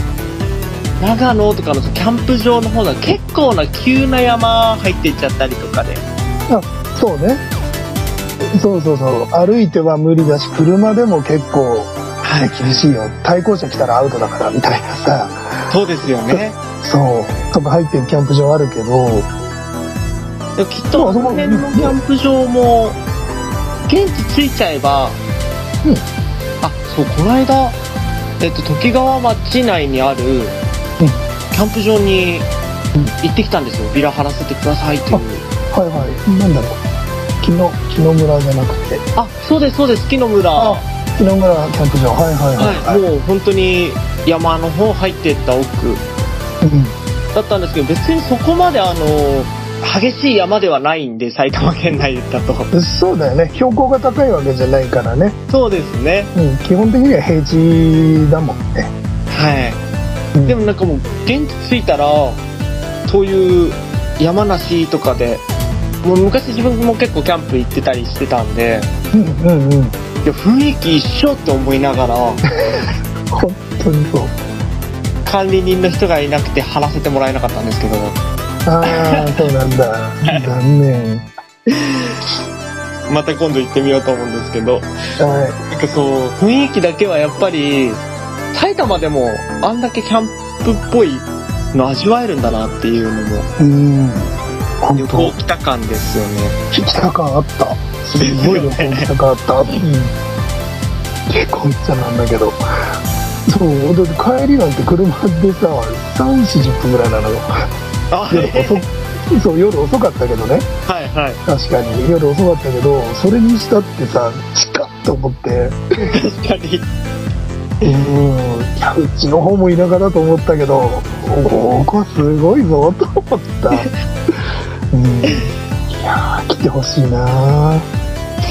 [SPEAKER 2] 長野とかのキャンプ場の方が結構な急な山入っていっちゃったりとかで
[SPEAKER 3] そうねそうそうそう歩いては無理だし車でも結構、ね厳しいよ対向車来たらアウトだからみたいなさ
[SPEAKER 2] そうですよね
[SPEAKER 3] そうとか入ってるキャンプ場あるけど
[SPEAKER 2] でもきっとあの辺のキャンプ場も現地着いちゃえば、
[SPEAKER 3] うん
[SPEAKER 2] あそうこの間、えっと、時川町内にある、キャンプ場に
[SPEAKER 3] うん
[SPEAKER 2] 行ってきたんですよビラ張らせてくださいという
[SPEAKER 3] はいはいなんだろう木の木の村じゃなくて
[SPEAKER 2] あそうですそうです木の村
[SPEAKER 3] あ木の村キャンプ場はいはいはい、
[SPEAKER 2] はい、もう本当に山の方入っていった奥
[SPEAKER 3] うん
[SPEAKER 2] だったんですけど別にそこまであの激しい山ではないんで埼玉県内だと
[SPEAKER 3] そうだよね標高が高いわけじゃないからね、
[SPEAKER 2] そうですね
[SPEAKER 3] うん、基本的には平地だもんね、
[SPEAKER 2] はい
[SPEAKER 3] うん
[SPEAKER 2] でもなんかもう現地着いたらそういう山梨とかでもう昔自分も結構キャンプ行ってたりしてたんで
[SPEAKER 3] うんうんうん
[SPEAKER 2] いや雰囲気一緒って思いな [LAUGHS] がら
[SPEAKER 3] 本当にそう
[SPEAKER 2] 管理人の人がいなくて張らせてもらえなかったんですけど
[SPEAKER 3] ああそうなんだ残念
[SPEAKER 2] また今度行ってみようと思うんですけど
[SPEAKER 3] はい
[SPEAKER 2] なんかそう、雰囲気だけはやっぱり、埼玉でもあんだけキャンプっぽいの味わえるんだなっていうのも、
[SPEAKER 3] うん。
[SPEAKER 2] 旅行来た感ですよね。
[SPEAKER 3] 来た感あった。すごい旅行来た感あった。うん。結構行ったなんだけど。そう、だって帰りなんて車でさ、3、40分ぐらいなのよ。
[SPEAKER 2] [LAUGHS] あ、
[SPEAKER 3] 夜遅くそう、夜遅かったけどね。
[SPEAKER 2] はいはい。
[SPEAKER 3] 確かに。夜遅かったけど、それにしたってさ、近っと思って。
[SPEAKER 2] 確かに。
[SPEAKER 3] うん。いや、うちの方も田舎だと思ったけど、ここすごいぞ、と思った。うん。いやー、来てほしいなー。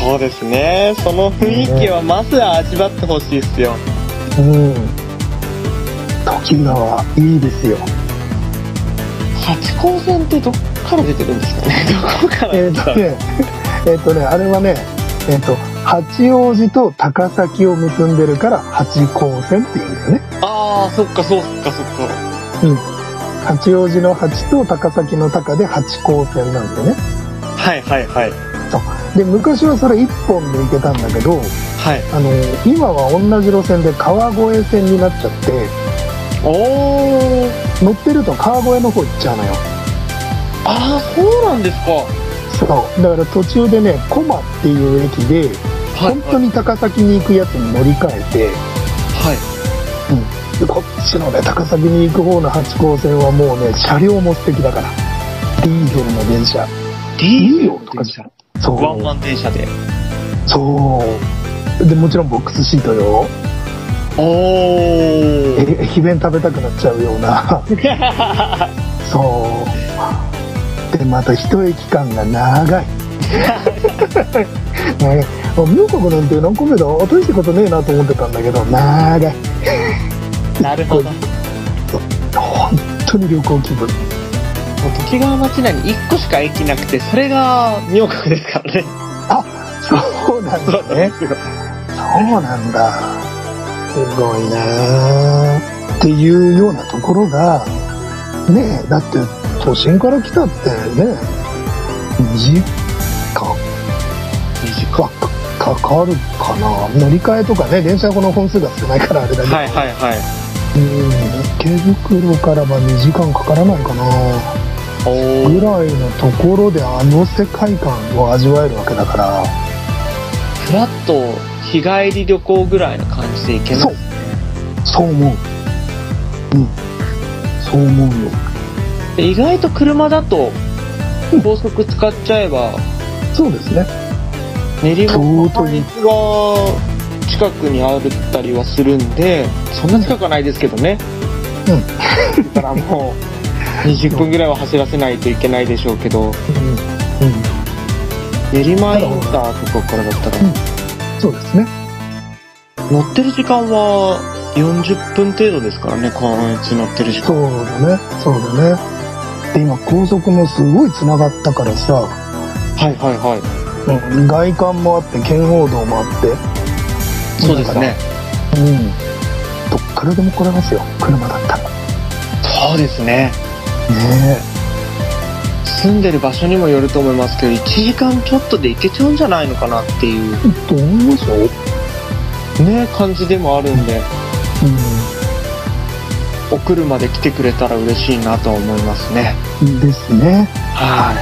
[SPEAKER 2] そうですね。その雰囲気はまずは味わってほしいっすよ。
[SPEAKER 3] うん。時川いいですよ。
[SPEAKER 2] 八高線ってどっから出てるんですかね。 [LAUGHS] どこから
[SPEAKER 3] え
[SPEAKER 2] で
[SPEAKER 3] っ、
[SPEAKER 2] す
[SPEAKER 3] と
[SPEAKER 2] か、
[SPEAKER 3] ね、えっ、とね、あれはね、えっ、と、八王子と高崎を結んでるから八高線っていうんだよね。
[SPEAKER 2] ああ、そっかそっかそっか。
[SPEAKER 3] 八王子の八と高崎の高で八高線なんだよね。
[SPEAKER 2] はいはいはい。
[SPEAKER 3] で、昔はそれ一本で行けたんだけど、
[SPEAKER 2] はい。
[SPEAKER 3] あの、今は同じ路線で川越線になっちゃって、
[SPEAKER 2] おー。
[SPEAKER 3] 乗ってると川越の方行っちゃうのよ。
[SPEAKER 2] ああ、そうなんですか。
[SPEAKER 3] そう。だから途中でね、コマっていう駅で、
[SPEAKER 2] はい。
[SPEAKER 3] 本当に高崎に行くやつに乗り換えて、
[SPEAKER 2] はい。
[SPEAKER 3] でこっちのね高崎に行く方の八高線はもうね車両も素敵だからディーゼルの電車
[SPEAKER 2] デ
[SPEAKER 3] いいよとかじそ
[SPEAKER 2] ワン
[SPEAKER 3] う
[SPEAKER 2] ワン電車で。
[SPEAKER 3] そうでもちろんボックスシートよ
[SPEAKER 2] お
[SPEAKER 3] え駅弁食べたくなっちゃうよう [LAUGHS] なそうでまた一駅間が [LAUGHS] 長い長いあ妙国なんて何個目だ大したことねえなと思ってたんだけど長い
[SPEAKER 2] なるほど。
[SPEAKER 3] 当に旅行気
[SPEAKER 2] も
[SPEAKER 3] 分。
[SPEAKER 2] う時川町内に1個しか駅なくて、それが妙国ですからね。
[SPEAKER 3] そうなんだね。そうなんだ。すごいなあっていうようなところが、ねえ、だって都心から来たってね、2時間はかかるかな。乗り換えとかね、電車この本数が少ないからあれだけど、
[SPEAKER 2] はいはいはい。
[SPEAKER 3] うん、池袋からまあ2時間かからないかな。
[SPEAKER 2] お
[SPEAKER 3] ぐらいのところであの世界観を味わえるわけだから。
[SPEAKER 2] フラッと日帰り旅行ぐらいの感じで行けます
[SPEAKER 3] そうそう思う。うん。そう思うよ。
[SPEAKER 2] で意外と車だと高速使っちゃえば
[SPEAKER 3] そうですね。
[SPEAKER 2] 練馬の
[SPEAKER 3] 相当いい
[SPEAKER 2] が近くにあったりはするんでそんな近くはないですけどねうんだからも [LAUGHS] う20分ぐらいは走らせないといけないでしょうけど
[SPEAKER 3] うん。うん。
[SPEAKER 2] 練馬インターとかからだったら
[SPEAKER 3] そうですね。
[SPEAKER 2] 乗ってる時間は40分程度ですからね関越乗ってる時間
[SPEAKER 3] そうだね。そうだね。で、今高速もすごい繋がったからさ、
[SPEAKER 2] はいはいはい
[SPEAKER 3] うん、外観もあって、圏央道もあって、
[SPEAKER 2] そうですね
[SPEAKER 3] うん。どっからでも来れますよ。車だったら。ね
[SPEAKER 2] そうですね住んでる場所にもよると思いますけど1時間ちょっとで行けちゃうんじゃないのかなっていう
[SPEAKER 3] え。と思いますよ。うん。
[SPEAKER 2] ね感じでもあるんでお車で来てくれたら嬉しいなとは思いますね
[SPEAKER 3] ですね。
[SPEAKER 2] は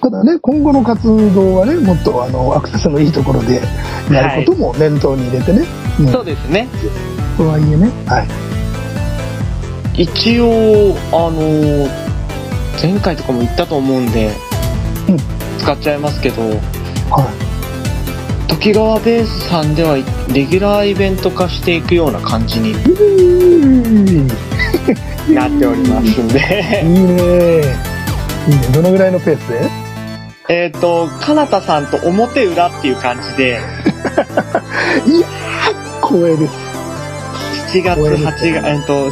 [SPEAKER 3] ただね、今後の活動はね、もっとあのアクセスのいいところでやることも念頭に入れてね、
[SPEAKER 2] いそうですね
[SPEAKER 3] とはいえね、はい、
[SPEAKER 2] 一応あの前回とかも言ったと思うんで、
[SPEAKER 3] うん
[SPEAKER 2] 使っちゃいますけど
[SPEAKER 3] は
[SPEAKER 2] 時計川ベースさんではレギュラーイベント化していくような感じに
[SPEAKER 3] い。い
[SPEAKER 2] なっておりますん
[SPEAKER 3] い
[SPEAKER 2] で
[SPEAKER 3] ね。いいね。どのぐらいのペースで
[SPEAKER 2] [LAUGHS] えっとかなたさんと表裏っていう感じで
[SPEAKER 3] 光栄です。
[SPEAKER 2] 7月
[SPEAKER 3] 終わ
[SPEAKER 2] 8
[SPEAKER 3] りです
[SPEAKER 2] 月
[SPEAKER 3] ね
[SPEAKER 2] えっと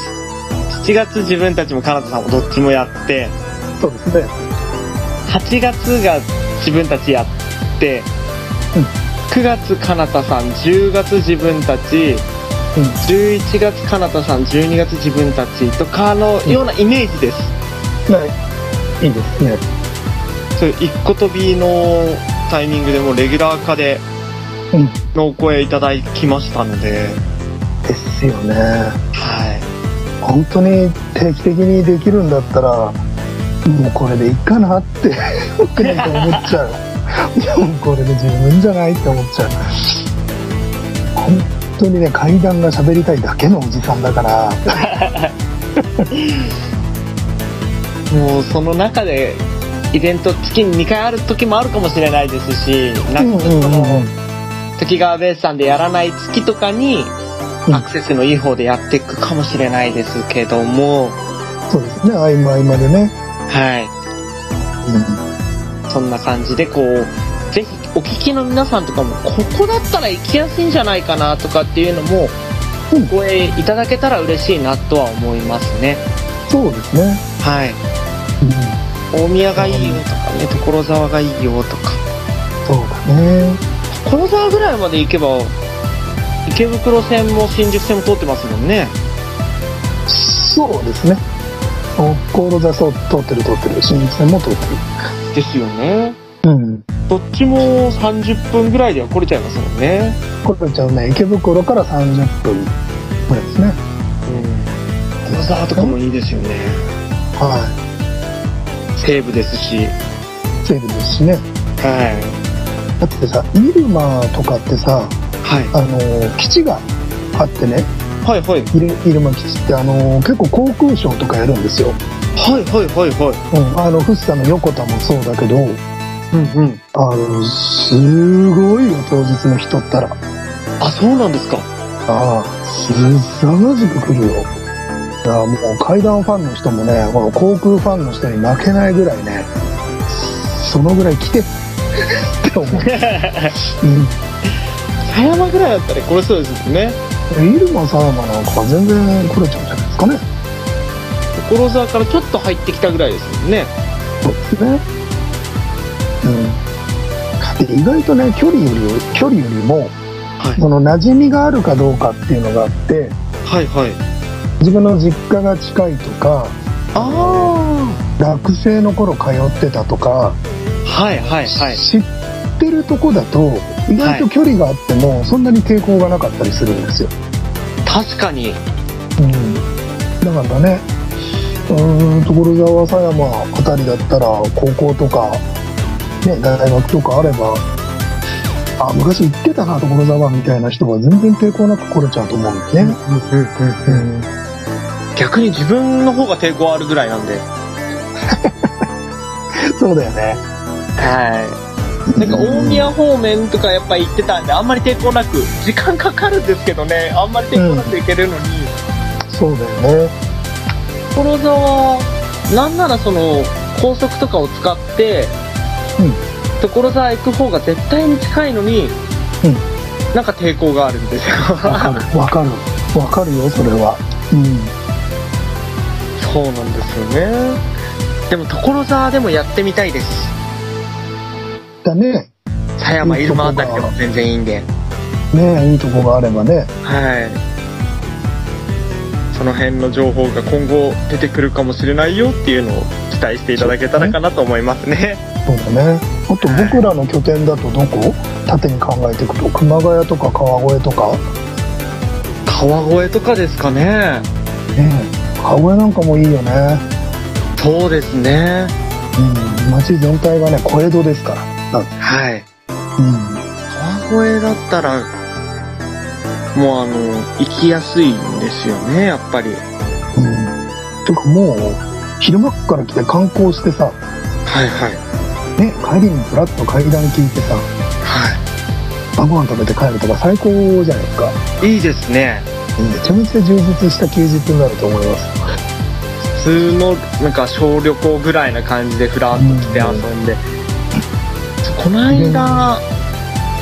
[SPEAKER 2] 7月自分たちもかなたさんもどっちもやって
[SPEAKER 3] そうですね。
[SPEAKER 2] 8月が自分たちやって、
[SPEAKER 3] うん
[SPEAKER 2] 9月かなたさん10月自分たち
[SPEAKER 3] うん。
[SPEAKER 2] 11月かなたさん12月自分たちとかのようなイメージです、
[SPEAKER 3] はい。いいですね。
[SPEAKER 2] そういう一個飛びのタイミングでもうレギュラー化で
[SPEAKER 3] うん
[SPEAKER 2] のお声いただきましたので、
[SPEAKER 3] ですよね。
[SPEAKER 2] は
[SPEAKER 3] 本当に定期的にできるんだったら、もうこれでいいかなって、僕なんか思っちゃう。いや、もうこれで十分じゃないって思っちゃう。本当にね、階段が喋りたいだけのおじさんだから、
[SPEAKER 2] い、もうその中でイベント月に2回ある時もあるかもしれないですしなんかその
[SPEAKER 3] うん。
[SPEAKER 2] 時川ベースさんでやらない月とかに
[SPEAKER 3] うん
[SPEAKER 2] アクセスのいい方でやっていくかもしれないですけども、
[SPEAKER 3] そうですね、合間合間でね。
[SPEAKER 2] はい。
[SPEAKER 3] うん
[SPEAKER 2] そんな感じで、こう、ぜひお聞きの皆さんとかも、ここだったら行きやすいんじゃないかなとかっていうのも、
[SPEAKER 3] う
[SPEAKER 2] お
[SPEAKER 3] ん
[SPEAKER 2] 声いただけたら嬉しいなとは思いますね。
[SPEAKER 3] そうですね。
[SPEAKER 2] はい。
[SPEAKER 3] うん
[SPEAKER 2] 大宮がいいよとかね、所沢がいいよとか、
[SPEAKER 3] そうだね。
[SPEAKER 2] 所沢ぐらいまで行けば、池袋線も新宿線も通ってますもんね。
[SPEAKER 3] そうですね。所沢そう通ってる通ってる。新宿線も通って
[SPEAKER 2] ですよね。
[SPEAKER 3] る。うん。
[SPEAKER 2] どっちも30分ぐらいでは来れちゃいますもんね。
[SPEAKER 3] これじゃあね、池袋から30分ぐらいですね。
[SPEAKER 2] 金沢とかもいいですよね。
[SPEAKER 3] は
[SPEAKER 2] 西部ですし。
[SPEAKER 3] い。セールですしね。
[SPEAKER 2] は
[SPEAKER 3] だってさ、入間とかってさ、
[SPEAKER 2] い。はい。
[SPEAKER 3] あのー基地があってね、
[SPEAKER 2] はいはい。
[SPEAKER 3] 入入間基地ってあのー結構航空ショーとかやるんですよ。
[SPEAKER 2] はいはいはいは
[SPEAKER 3] うん。あの、福生の横田もそうだけど、
[SPEAKER 2] い。うんうん。
[SPEAKER 3] あの、すごいよ、当日の人ったら。
[SPEAKER 2] あ、そうなんですか。
[SPEAKER 3] ああ、すさまじく来るよ。だからもう階段ファンの人もね、この航空ファンの人に負けないぐらいね、そのぐらい来てって思う。
[SPEAKER 2] 狭山ぐらいだったら来れそうですもんね。
[SPEAKER 3] うん。イルマサーマなんかは全然来れちゃうんじゃないですかかね。
[SPEAKER 2] 所沢からちょっと入ってきたぐらいですもんね。
[SPEAKER 3] そうですね。うん。で意外とね、距離より、距離よりも、
[SPEAKER 2] はい。
[SPEAKER 3] この馴染みがあるかどうかっていうのがあって、
[SPEAKER 2] はいはい。
[SPEAKER 3] 自分の実家が近いとか、
[SPEAKER 2] あ
[SPEAKER 3] 学生の頃通ってたとか、
[SPEAKER 2] あ。はいはいはい。
[SPEAKER 3] 知ってるとこだと、意外と距離があっても、そんなに抵抗がなかったりするんですよ。
[SPEAKER 2] 確かに。
[SPEAKER 3] うん、だからねうーん所沢狭山あたりだったら高校とか、ね、大学とかあればあ昔行ってたな所沢みたいな人は全然抵抗なく来れちゃうと思うんですね、うん、
[SPEAKER 2] 逆に自分の方が抵抗あるぐらいなんで。
[SPEAKER 3] そうだよね
[SPEAKER 2] はい。なんか大宮方面とかやっぱ行ってたんで、あんまり抵抗なく、時間かかるんですけどね、あんまり抵抗なく行けるのに、
[SPEAKER 3] そうだよね
[SPEAKER 2] 所沢、なんならその、高速とかを使って、
[SPEAKER 3] うん
[SPEAKER 2] 所沢行く方が絶対に近いのに、
[SPEAKER 3] うん
[SPEAKER 2] なんか抵抗があるんですよ。
[SPEAKER 3] わかるわかるわかるよそれはうん
[SPEAKER 2] [LAUGHS] そうなんですよね。でも所沢でもやってみたいです。
[SPEAKER 3] だね
[SPEAKER 2] 狭山、入間あたりでも全然いいんで。
[SPEAKER 3] ねいいとこがあればね
[SPEAKER 2] はい。その辺の情報が今後出てくるかもしれないよっていうのを期待していただけたらかなと思いますね。
[SPEAKER 3] そうだねあと僕らの拠点だとどこ縦に考えていくと熊谷とか川越とか
[SPEAKER 2] 川越とかですかね。
[SPEAKER 3] ねえ川越なんかもいいよね、
[SPEAKER 2] そうですね。
[SPEAKER 3] うん、街全体がね小江戸ですから、
[SPEAKER 2] はい。
[SPEAKER 3] うん、
[SPEAKER 2] 川越だったら、もうあの、行きやすいんですよね、やっぱり。
[SPEAKER 3] うん、とかもう昼間っから来て観光してさ、
[SPEAKER 2] はいはい。
[SPEAKER 3] ね、帰りにふらっと階段聞いてさ
[SPEAKER 2] は
[SPEAKER 3] 晩ご飯食べて帰るとか最高じゃないですか
[SPEAKER 2] い。いいですね。
[SPEAKER 3] めちゃめちゃ充実した休日になると思います
[SPEAKER 2] 普通のなんか小旅行ぐらいな感じでふらっと来て遊んで、この間、
[SPEAKER 3] うん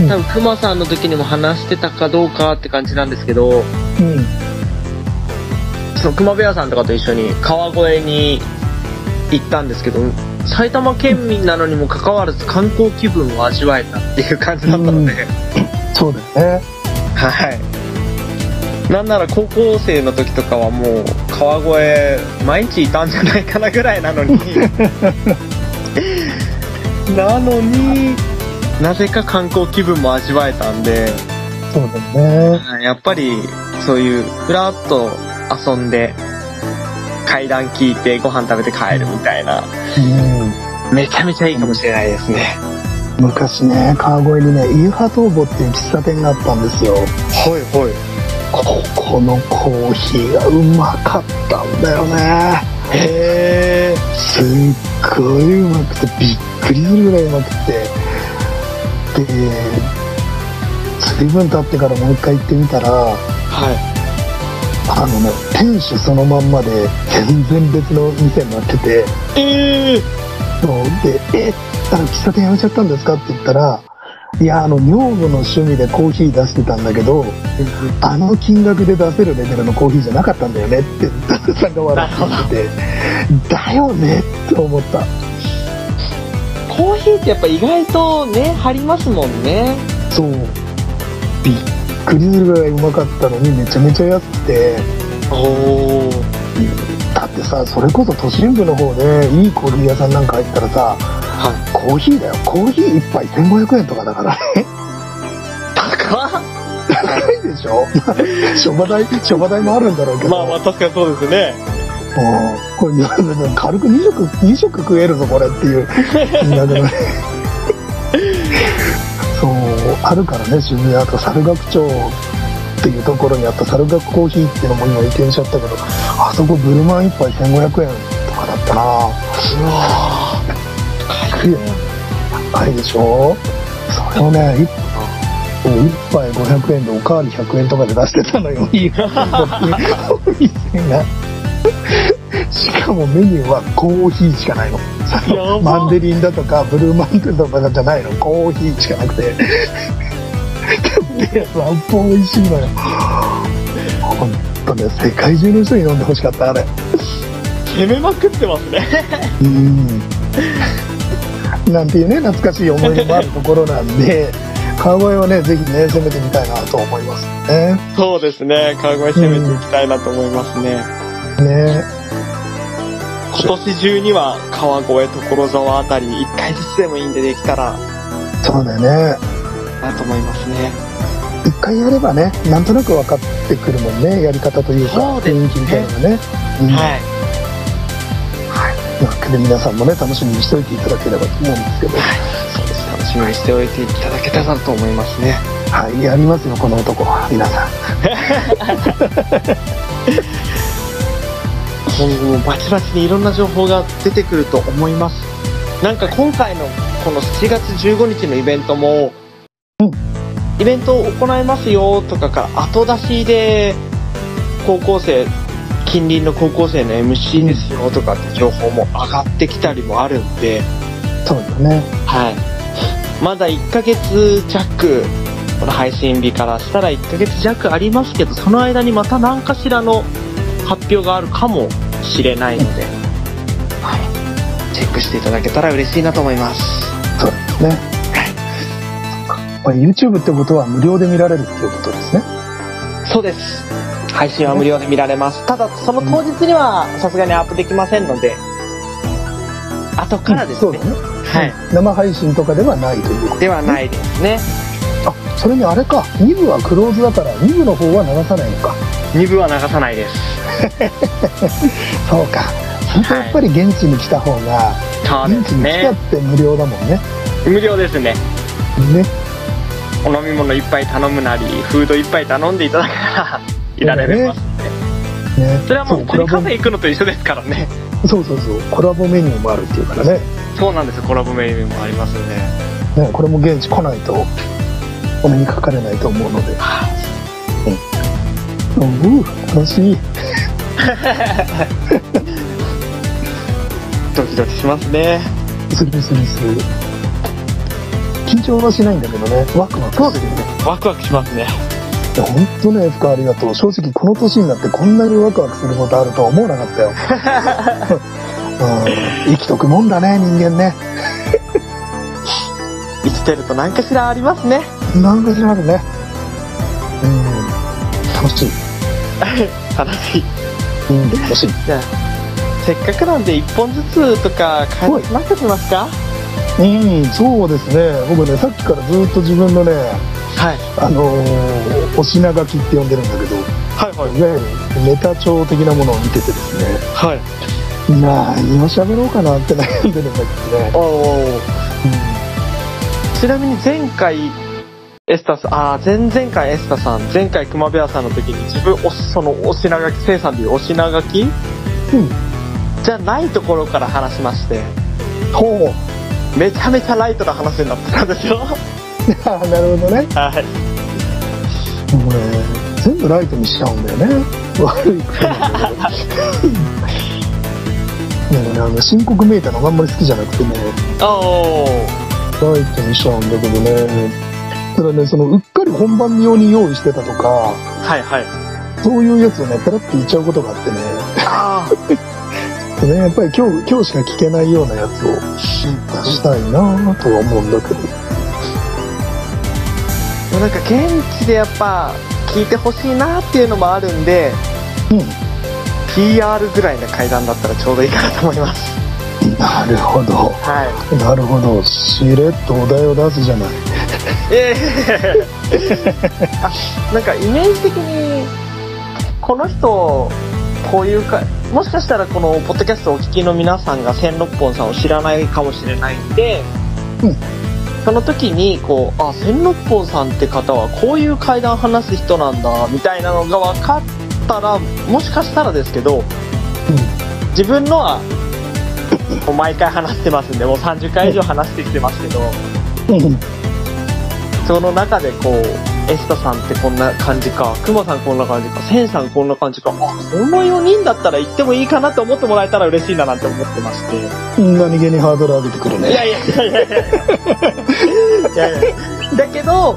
[SPEAKER 2] 多分クマさんの時にも話してたかどうかって感じなんですけど
[SPEAKER 3] うん
[SPEAKER 2] その熊部屋さんとかと一緒に川越に行ったんですけど埼玉県民なのにもかかわらず観光気分を味わえたっていう感じだったので、
[SPEAKER 3] そうだよね
[SPEAKER 2] はいなんなら高校生の時とかはもう川越毎日いたんじゃないかなぐらいなのに [LAUGHS] なのになぜか観光気分も味わえたんで
[SPEAKER 3] そうだよね
[SPEAKER 2] やっぱりそういうふらっと遊んで階段聞いてご飯食べて帰るみたいなめちゃめちゃいいかもしれないですね
[SPEAKER 3] うん昔ね川越にねイルハトーボっていう喫茶店があったんですよ
[SPEAKER 2] ほいほい
[SPEAKER 3] ここのコーヒーがうまかったんだよね
[SPEAKER 2] へえ
[SPEAKER 3] すっごいうまくてびっくりするぐらいうまくてで随分経ってからもう一回行ってみたら
[SPEAKER 2] は
[SPEAKER 3] あのね店主そのまんまで全然別の店になってて
[SPEAKER 2] いええ
[SPEAKER 3] そうで「えあの喫茶店やめちゃったんですか?」って言ったら「いやあの女房の趣味でコーヒー出してたんだけどあの金額で出せるレベルのコーヒーじゃなかったんだよね」って旦那さんが笑ってて「だよね」って思った
[SPEAKER 2] コーヒーってやっぱ意外とね張りますもんね
[SPEAKER 3] そうびっくりするぐらいうまかったのにめちゃめちゃ安くて
[SPEAKER 2] おお
[SPEAKER 3] だってさそれこそ都心部の方でいいコーヒー屋さんなんか入ったらさ
[SPEAKER 2] は
[SPEAKER 3] コーヒーだよコーヒー1杯1500円とかだからね
[SPEAKER 2] 高っ
[SPEAKER 3] 高いでしょ [LAUGHS] 諸話代諸話代もあるんだろうけど、
[SPEAKER 2] まあまあ確かにそうですね
[SPEAKER 3] うんこれ軽く2食2食食えるぞこれっていう金額のねそうあるからね渋谷あと猿楽町っていうところにあった猿楽コーヒーっていうのも今移転しちゃったけどあそこブルマン1杯1500円とかだったな
[SPEAKER 2] うわ
[SPEAKER 3] 高いよね高いでしょそれをね1杯500円でおかわり100円とかで出してたのよいい [LAUGHS] お店がしかもメニューはコーヒーしかないの
[SPEAKER 2] やば
[SPEAKER 3] マンデリンだとかブルーマウンテンとかじゃないのコーヒーしかなくて [LAUGHS] でワンポン美味しいのよ本当とね、世界中の人に飲んでほしかった、あれ。
[SPEAKER 2] 攻めまくってますね。
[SPEAKER 3] うん。なんていうね、懐かしい思い出もあるところなんで、川越はね、ぜひね、攻めてみたいなと思いますね。
[SPEAKER 2] そうですね。川越攻めていきたいなと思いますね。
[SPEAKER 3] ね
[SPEAKER 2] 今年中には川越、所沢あたり一回ずつでもいいんでできたら
[SPEAKER 3] そうだよね。
[SPEAKER 2] なと思いますね。
[SPEAKER 3] 一回やればね、なんとなく分かってくるもんね、やり方というか、
[SPEAKER 2] そうですね
[SPEAKER 3] 雰囲気みたいなのがね。うん
[SPEAKER 2] はい。
[SPEAKER 3] というわけで皆さんもね、楽しみにしておいていただければと思うんですけど、
[SPEAKER 2] そうです。楽しみにしておいていただけたらと思いますね。
[SPEAKER 3] はい、やりますよ、この男は、皆さん。
[SPEAKER 2] 今後もバチバチにいろんな情報が出てくると思いますなんか今回のこの7月15日のイベントも、
[SPEAKER 3] うん
[SPEAKER 2] イベントを行いますよとかから後出しで高校生近隣の高校生の MC ですよとかって情報も上がってきたりもあるんで、
[SPEAKER 3] そうだね。
[SPEAKER 2] はいまだ1ヶ月弱この配信日からしたら1ヶ月弱ありますけどその間にまた何かしらの発表があるかもしれないので、はい、チェックしていただけたら嬉しいなと思います
[SPEAKER 3] そうですね。まあ、YouTube ってことは無料で見られるっていうことですね。
[SPEAKER 2] そうです配信は無料で見られますただその当日にはさすがにアップできませんので後からです
[SPEAKER 3] そう
[SPEAKER 2] ね
[SPEAKER 3] だ、ね。
[SPEAKER 2] はい、
[SPEAKER 3] 生配信とかではないということ
[SPEAKER 2] ではないですね
[SPEAKER 3] あ、それにあれか、2部はクローズだから、2部の方は流さないのか。
[SPEAKER 2] 2部は流さないです
[SPEAKER 3] そうか。本当やっぱり現地に来た方が、
[SPEAKER 2] そうで
[SPEAKER 3] 現地
[SPEAKER 2] す
[SPEAKER 3] に来
[SPEAKER 2] ね
[SPEAKER 3] たって無料だもんね。
[SPEAKER 2] 無料ですね
[SPEAKER 3] ね。
[SPEAKER 2] お飲み物いっぱい頼むなりフードいっぱい頼んでいただけ [LAUGHS] たらいられますね
[SPEAKER 3] ね。
[SPEAKER 2] それはもう
[SPEAKER 3] コラボ
[SPEAKER 2] カフェ行くのと一緒ですからね
[SPEAKER 3] そうそうそう。コラボメニューもあるっていうからね。
[SPEAKER 2] そうなんですコラボメニューもありますんで
[SPEAKER 3] ね、これも現地来ないとお目にかかれないと思うので、うん、うー楽しい
[SPEAKER 2] ドキドキしますね
[SPEAKER 3] するするする緊張はしないんだけどねワクワクそうですね
[SPEAKER 2] ワクワクしますね
[SPEAKER 3] 本当ね F カありがとう正直この年になってこんなにワクワクすることあるとは思わなかったよ、うん、生きとくもんだね人間ね
[SPEAKER 2] 生きてると何かしらありますね
[SPEAKER 3] なんかしらあるねうん楽しい、
[SPEAKER 2] 楽しい
[SPEAKER 3] うん、楽しい
[SPEAKER 2] せっかくなんで1本ずつとか買いますかしますか
[SPEAKER 3] うんそうですね僕ねさっきからずっと自分のね
[SPEAKER 2] はい
[SPEAKER 3] あのー、お品書きって呼んでるんだけど、い
[SPEAKER 2] はいはい
[SPEAKER 3] わゆるネタ帳的なものを見ててですね、
[SPEAKER 2] はい
[SPEAKER 3] 何を喋ろうかなって悩んでるんだけどね。
[SPEAKER 2] おーちなみに前回エスタさんあー前々回エスタさん前回熊部屋さんの時に自分おそのお品書き生産でいうお品書き
[SPEAKER 3] うん。
[SPEAKER 2] じゃないところから話しまして
[SPEAKER 3] ほう。
[SPEAKER 2] めちゃめちゃライトな話になってたんですよは
[SPEAKER 3] あーなるほどね。
[SPEAKER 2] い
[SPEAKER 3] もうね、全部ライトにしちゃうんだよね。悪い癖なんだけど。 [LAUGHS] でもね、あの、深刻めいたのがあんまり好きじゃなくてね、
[SPEAKER 2] おー
[SPEAKER 3] ライトにしちゃうんだけどね。ただね、その、うっかり本番用に用意してたとか、
[SPEAKER 2] はいはい
[SPEAKER 3] そういうやつをね、ペラって言っちゃうことがあってね。
[SPEAKER 2] あ
[SPEAKER 3] ね、 [LAUGHS] やっぱり今日今日しか聞けないようなやつを出したいなとは思うんだけど、
[SPEAKER 2] あなんか現地でやっぱ聞いてほしいなっていうのもあるんで
[SPEAKER 3] う
[SPEAKER 2] PR ぐらいの階段だったらちょうどいいかなと思います
[SPEAKER 3] ん、なるほど
[SPEAKER 2] はい
[SPEAKER 3] なるほどしれっとお題を出すじゃない
[SPEAKER 2] え
[SPEAKER 3] [LAUGHS]
[SPEAKER 2] えあなんかイメージ的にこの人こういうかもしかしたらこのポッドキャストをお聞きの皆さんが千六本さんを知らないかもしれないんで、
[SPEAKER 3] うん
[SPEAKER 2] その時にこうあ千六本さんって方はこういう階段話す人なんだみたいなのが分かったらもしかしたらですけど自分のはもう毎回話してますんでもう30回以上話してきてますけど。
[SPEAKER 3] うん、うん、
[SPEAKER 2] その中でこう、エスタさんってこんな感じか、クマさんこんな感じか、センさんこんな感じか、あ、この4人だったら行ってもいいかなと思ってもらえたら嬉しいななんて思ってまして。
[SPEAKER 3] 何気にハードル上げてくる
[SPEAKER 2] いや
[SPEAKER 3] ね
[SPEAKER 2] いやいやいやいやいやいやだけど、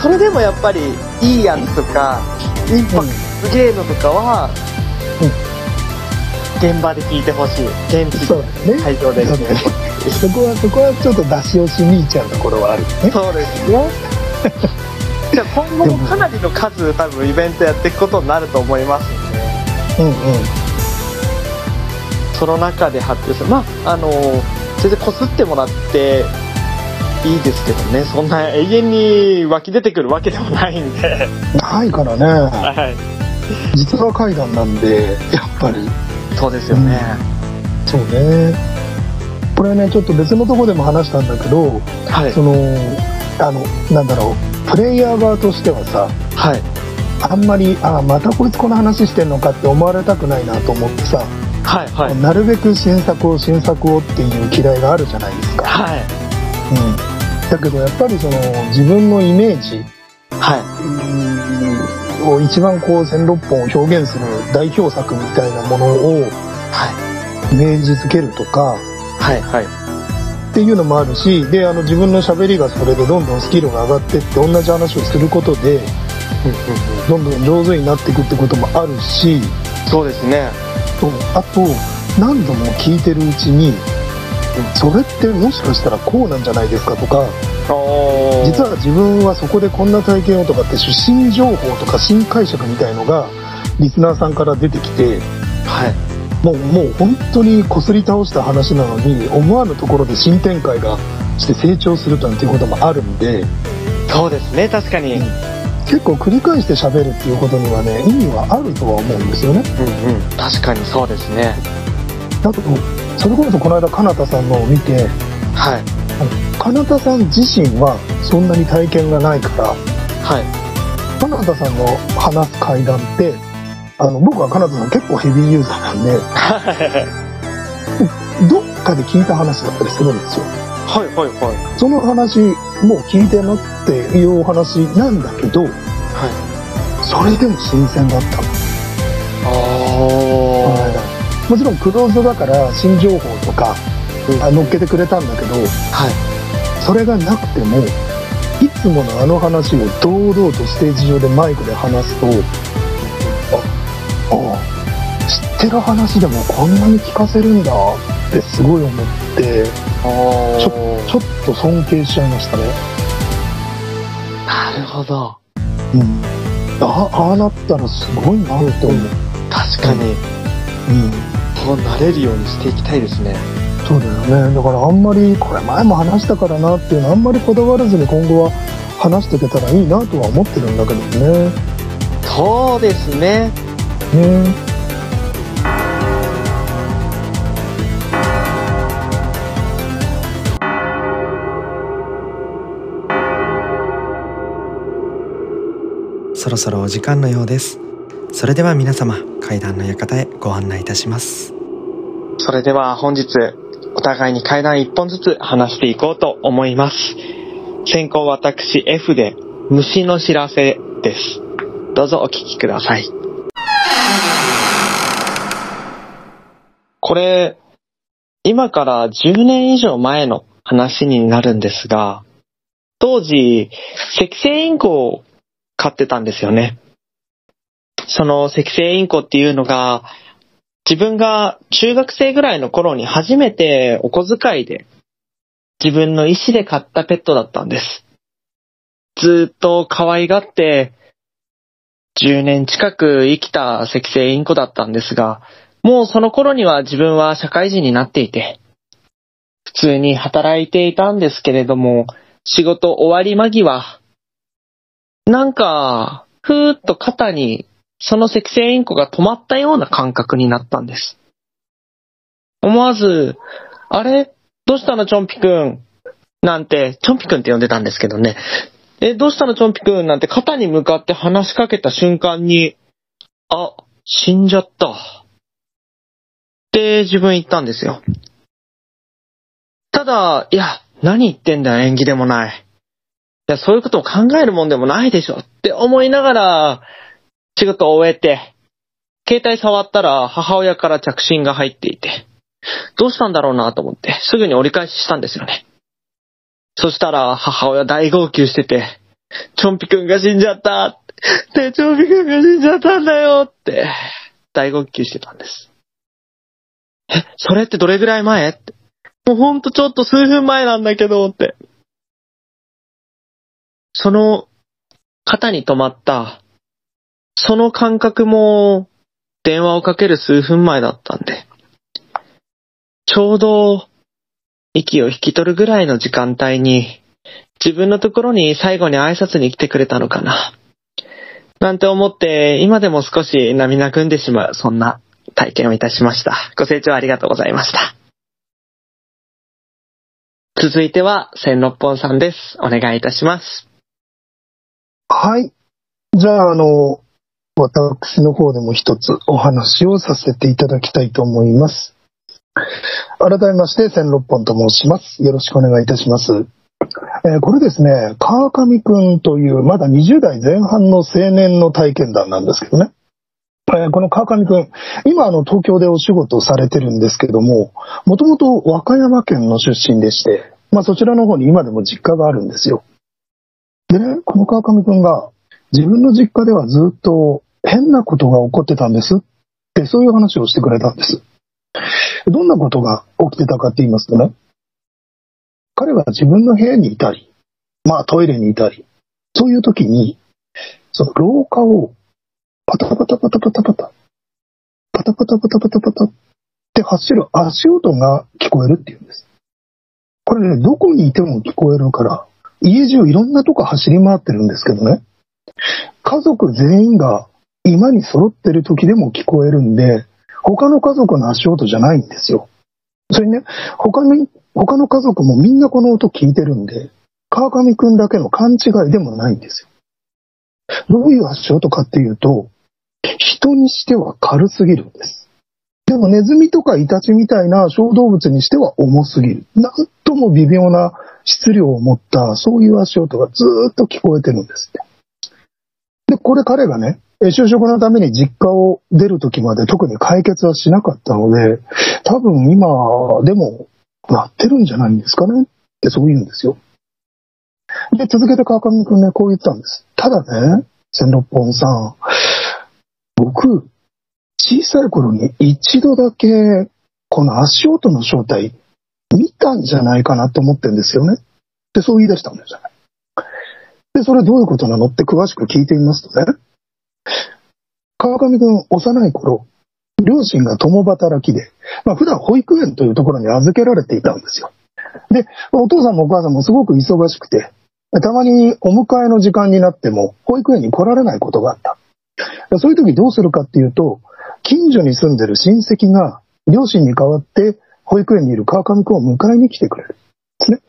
[SPEAKER 2] それでもやっぱりいいやつとか、インパク罰ゲームとかは、
[SPEAKER 3] うん
[SPEAKER 2] 現場で聞いてほしい現地
[SPEAKER 3] そうですね。
[SPEAKER 2] 会場で
[SPEAKER 3] そうですねそこは、そこはちょっと出し惜しみいちゃうところはあるよね。
[SPEAKER 2] そう [LAUGHS] ですねじゃあ今後もかなりの数多分イベントやっていくことになると思いますんで
[SPEAKER 3] うんうん。
[SPEAKER 2] その中で発表するまああの全然こすってもらっていいですけどねそんな永遠に湧き出てくるわけでもないんで
[SPEAKER 3] ないからね。
[SPEAKER 2] はい
[SPEAKER 3] 実話怪談なんで、やっぱり。
[SPEAKER 2] そうですよね、
[SPEAKER 3] そうね。これね、ちょっと別のとこでも話したんだけど、
[SPEAKER 2] はい
[SPEAKER 3] その、あの、なんだろう、プレイヤー側としてはさ、
[SPEAKER 2] はい
[SPEAKER 3] あんまり、ああ、またこいつこの話してんのかって思われたくないなと思ってさ、
[SPEAKER 2] はいはい
[SPEAKER 3] なるべく新作を新作をっていう嫌いがあるじゃないですか。
[SPEAKER 2] はい
[SPEAKER 3] うん。だけどやっぱりその、自分のイメージ、
[SPEAKER 2] は
[SPEAKER 3] を一番こう千六本を表現する代表作みたいなものをイメージづけるとか
[SPEAKER 2] いはいはい
[SPEAKER 3] っていうのもあるしであの自分の喋りがそれでどんどんスキルが上がってって同じ話をすることでどんどん上手になっていくってこともあるし
[SPEAKER 2] そうですね
[SPEAKER 3] とあと何度も聞いてるうちにそれってもしかしたらこうなんじゃないですかとか
[SPEAKER 2] おー
[SPEAKER 3] 実は自分はそこでこんな体験をとかって新情報とか新解釈みたいのがリスナーさんから出てきて。
[SPEAKER 2] はい
[SPEAKER 3] もうもう本当にこすり倒した話なのに思わぬところで新展開がして成長するということもあるんで
[SPEAKER 2] そうですね確かに、
[SPEAKER 3] うん結構繰り返して喋るっていうことにはね意味はあるとは思うんですよね
[SPEAKER 2] うんうん、確かにそうですね
[SPEAKER 3] だとそれこそこの間かなたさんのを見て
[SPEAKER 2] はい
[SPEAKER 3] かなたさん自身はそんなに体験がないから
[SPEAKER 2] はい
[SPEAKER 3] かなたさんの話す階段ってあの僕はかなたさん結構ヘビーユーザーなんで
[SPEAKER 2] は
[SPEAKER 3] どっかで聞いた話だったりするんですよ
[SPEAKER 2] いはいはい
[SPEAKER 3] その話もう聞いてなっていうお話なんだけど
[SPEAKER 2] はい
[SPEAKER 3] それでも新鮮だった
[SPEAKER 2] あ
[SPEAKER 3] この間もちろんクローズドだから新情報と
[SPEAKER 2] う
[SPEAKER 3] か、
[SPEAKER 2] ん
[SPEAKER 3] あ乗っけてくれたんだけど
[SPEAKER 2] あはい
[SPEAKER 3] それがなくてもいつものあの話を堂々とステージ上でマイクで話すとああ知ってる話でもこんなに聞かせるんだってすごい思って
[SPEAKER 2] あ
[SPEAKER 3] ちちょっと尊敬しちゃいましたね、
[SPEAKER 2] なるほど
[SPEAKER 3] うん、あああなったらすごいなって思う、
[SPEAKER 2] 確かに
[SPEAKER 3] うん
[SPEAKER 2] そうなれるようにしていきたいですね
[SPEAKER 3] そうだよねだからあんまりこれ前も話したからなっていうのあんまりこだわらずに今後は話していけたらいいなとは思ってるんだけどね
[SPEAKER 2] そうですね
[SPEAKER 3] ね
[SPEAKER 1] そろそろお時間のようですそれでは皆様階段の館へご案内いたします
[SPEAKER 2] それでは本日お互いに階段一本ずつ話していこうと思います先行私 F で虫の知らせですどうぞお聞きくださいこれ今から10年以上前の話になるんですが当時赤星インコを飼ってたんですよねその赤星インコっていうのが自分が中学生ぐらいの頃に初めてお小遣いで自分の意思で買ったペットだったんです。ずーっと可愛がって10年近く生きた赤星インコだったんですが、もうその頃には自分は社会人になっていて、普通に働いていたんですけれども、仕事終わり間際、なんか、ふーっと肩にその赤星インコが止まったような感覚になったんです。思わず、あれどうしたのチョンピくんなんて、チョンピくんって呼んでたんですけどね。え、どうしたのチョンピくんなんて肩に向かって話しかけた瞬間に、あ、死んじゃった。って自分言ったんですよ。ただ、いや、何言ってんだよ、縁起でもない。いや、そういうことを考えるもんでもないでしょって思いながら、仕事を終えて、携帯触ったら母親から着信が入っていて、どうしたんだろうなと思って、すぐに折り返ししたんですよね。そしたら母親大号泣してて、チョンピくんが死んじゃった手帳美くんが死んじゃったんだよって、大号泣してたんです。え、それってどれぐらい前って。もうほんとちょっと数分前なんだけどって。その、肩に止まった、その感覚も、電話をかける数分前だったんで、ちょうど、息を引き取るぐらいの時間帯に、自分のところに最後に挨拶に来てくれたのかな。なんて思って、今でも少し涙ぐんでしまう、そんな体験をいたしました。ご清聴ありがとうございました。続いては、千六本さんです。お願いいたします。
[SPEAKER 3] はい。じゃあ、あの、私の方でも一つお話をさせていただきたいと思います。改めまして、千六本と申します。よろしくお願いいたします。えーこれですね、川上くんという、まだ20代前半の青年の体験談なんですけどね。えーこの川上くん、今あの東京でお仕事をされてるんですけども、もともと和歌山県の出身でして、まあそちらの方に今でも実家があるんですよ。でね、この川上くんが、自分の実家ではずっと変なことが起こってたんですって、そういう話をしてくれたんです。どんなことが起きてたかって言いますとね、彼は自分の部屋にいたり、まあトイレにいたり、そういう時に、その廊下をパタパタパタパタパタ、パタパタパタパタパタって走る足音が聞こえるっていうんです。これね、どこにいても聞こえるから、家中いろんなとこ走り回ってるんですけどね。家族全員が今に揃ってる時でも聞こえるんで、他の家族の足音じゃないんですよ。それにね、他の、他の家族もみんなこの音聞いてるんで、川上くんだけの勘違いでもないんですよ。どういう足音かっていうと、人にしては軽すぎるんです。でもネズミとかイタチみたいな小動物にしては重すぎる。なんとも微妙な質量を持った、そういう足音がずーっと聞こえてるんですって。で、これ彼がね、えー就職のために実家を出る時まで特に解決はしなかったので、多分今でもなってるんじゃないんですかねってそう言うんですよ。で、続けて川上くんね、こう言ったんです。ただね、千六本さん、僕、小さい頃に一度だけ、この足音の正体、見たんじゃないかなと思ってんですよね。ってそう言い出したんですよね。で、それどういうことなのって詳しく聞いてみますとね、川上くん、幼い頃、両親が共働きで、まあ普段保育園というところに預けられていたんですよ。で、お父さんもお母さんもすごく忙しくて、たまにお迎えの時間になっても保育園に来られないことがあった。そういう時どうするかっていうと、近所に住んでる親戚が両親に代わって保育園にいる川上くんを迎えに来てくれる。ね。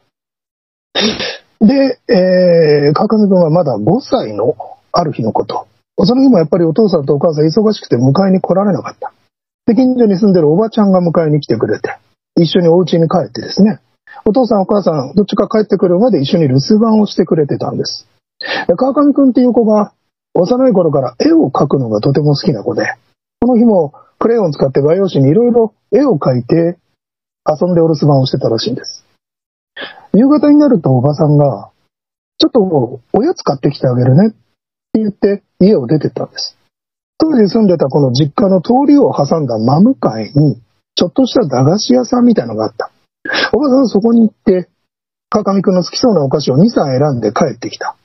[SPEAKER 3] で、えー、川上くんはまだ5歳のある日のこと。その日もやっぱりお父さんとお母さん忙しくて迎えに来られなかった。で、近所に住んでるおばちゃんが迎えに来てくれて、一緒にお家に帰ってですね、お父さんお母さん、どっちか帰ってくるまで一緒に留守番をしてくれてたんです。で川上くんっていう子が、幼い頃から絵を描くのがとても好きな子で、この日もクレヨンを使って画用紙にいろいろ絵を描いて遊んでお留守番をしてたらしいんです。夕方になるとおばさんが、ちょっとおやつ買ってきてあげるねって言って家を出てったんです。当時住んでたこの実家の通りを挟んだ真向かいに、ちょっとした駄菓子屋さんみたいのがあった。おばさんはそこに行って、川上くんの好きそうなお菓子を2、3選んで帰ってきた。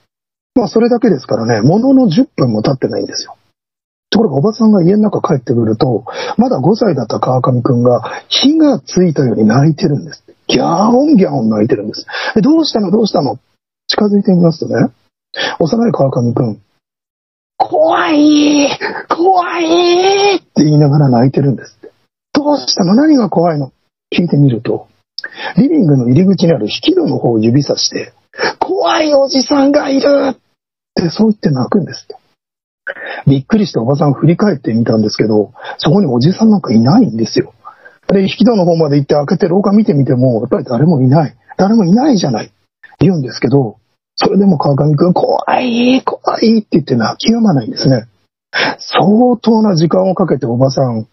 [SPEAKER 3] まあそれだけですからね、ものの10分も経ってないんですよ。ところがおばさんが家の中帰ってくると、まだ5歳だった川上くんが火がついたように泣いてるんです。ギャーオンギャーオン泣いてるんです。えどうしたのどうしたの近づいてみますとね、幼い川上くん、怖い怖いって言いながら泣いてるんですって。どうしたの何が怖いの聞いてみると、リビングの入り口にある引き戸の方を指さして、怖いおじさんがいるってそう言って泣くんですって。びっくりしておばさん振り返ってみたんですけど、そこにおじさんなんかいないんですよ。で、引き戸の方まで行って開けて廊下見てみても、やっぱり誰もいない。誰もいないじゃない。言うんですけど、それでも川上くん、怖い、怖いって言って泣き止まないんですね。相当な時間をかけておばさん、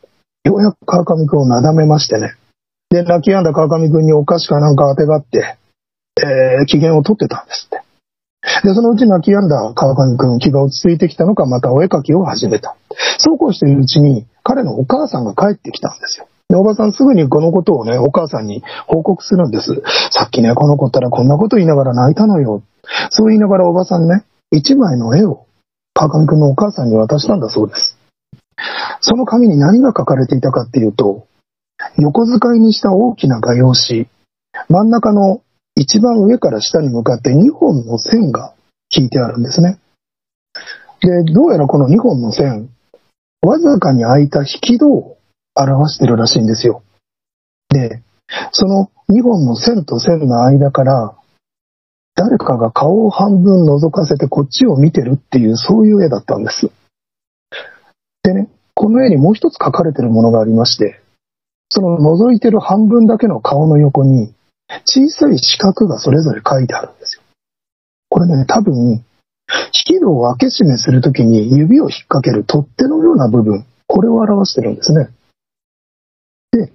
[SPEAKER 3] ようやく川上くんをなだめましてね。で、泣き止んだ川上くんにお菓子かなんか当てがって、えー機嫌を取ってたんですって。で、そのうち泣き止んだ川上くん、気が落ち着いてきたのか、またお絵描きを始めた。そうこうしているうちに、彼のお母さんが帰ってきたんですよ。で、おばさんすぐにこのことをね、お母さんに報告するんです。さっきね、この子ったらこんなこと言いながら泣いたのよ。そう言いながらおばさんね、一枚の絵を川上くんのお母さんに渡したんだそうです。その紙に何が書かれていたかっていうと、横使いにした大きな画用紙、真ん中の一番上から下に向かって2本の線が引いてあるんですね。で、どうやらこの2本の線、わずかに空いた引き戸を表してるらしいんですよ。で、その2本の線と線の間から、誰かが顔を半分覗かせてこっちを見てるっていう、そういう絵だったんです。でね、この絵にもう一つ描かれてるものがありまして、その覗いてる半分だけの顔の横に、小さい四角がそれぞれ書いてあるんですよ。これね、多分、引き戸を開け閉めするときに指を引っ掛ける取っ手のような部分、これを表してるんですね。で、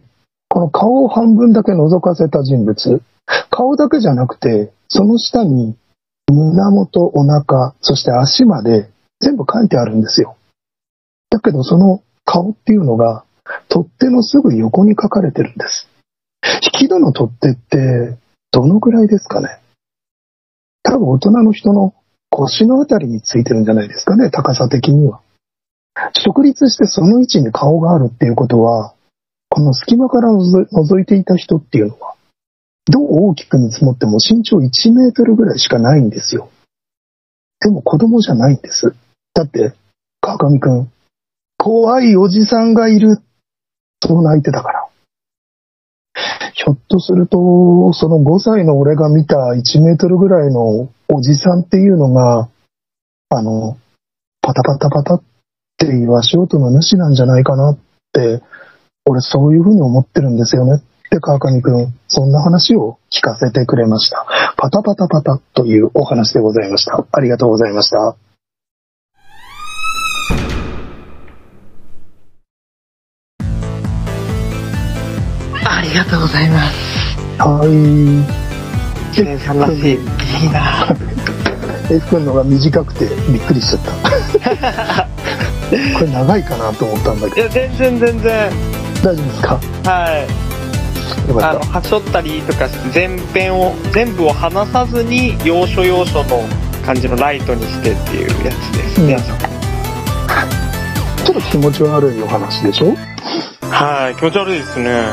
[SPEAKER 3] この顔を半分だけ覗かせた人物、顔だけじゃなくて、その下に胸元、お腹、そして足まで全部書いてあるんですよ。だけどその顔っていうのが取っ手のすぐ横に書かれてるんです。引き戸の取っ手ってどのぐらいですかね多分大人の人の腰のあたりについてるんじゃないですかね、高さ的には。直立してその位置に顔があるっていうことは、この隙間からのぞ覗いていた人っていうのは、どう大きく見積もっても身長1メートルぐらいしかないんですよ。でも子供じゃないんです。だって、川上くん、怖いおじさんがいる、そう泣いてたから。ひょっとすると、その5歳の俺が見た1メートルぐらいのおじさんっていうのが、あの、パタパタパタっていう足音の主なんじゃないかなって、俺そういうふうに思ってるんですよねって川上くん、そんな話を聞かせてくれました。パタパタパタというお話でございました。ありがとうございました。
[SPEAKER 2] ありがとうございます。
[SPEAKER 3] はい。
[SPEAKER 2] 知念さんらしい。いいなぁ
[SPEAKER 3] F 君のが短くてびっくりしちゃった。これ長いかなと思ったんだ
[SPEAKER 2] い
[SPEAKER 3] け
[SPEAKER 2] や、全然全然。
[SPEAKER 3] ど、大丈夫ですか
[SPEAKER 2] はい。
[SPEAKER 3] よ
[SPEAKER 2] あ
[SPEAKER 3] か
[SPEAKER 2] の、
[SPEAKER 3] っ
[SPEAKER 2] はしょったりとかして、全編を、全部を話さずに、要所要所の感じのライトにしてっていうやつですね。
[SPEAKER 3] た。ちょっと気持ち悪いお話でしょね
[SPEAKER 2] はい。気持ち悪いですね。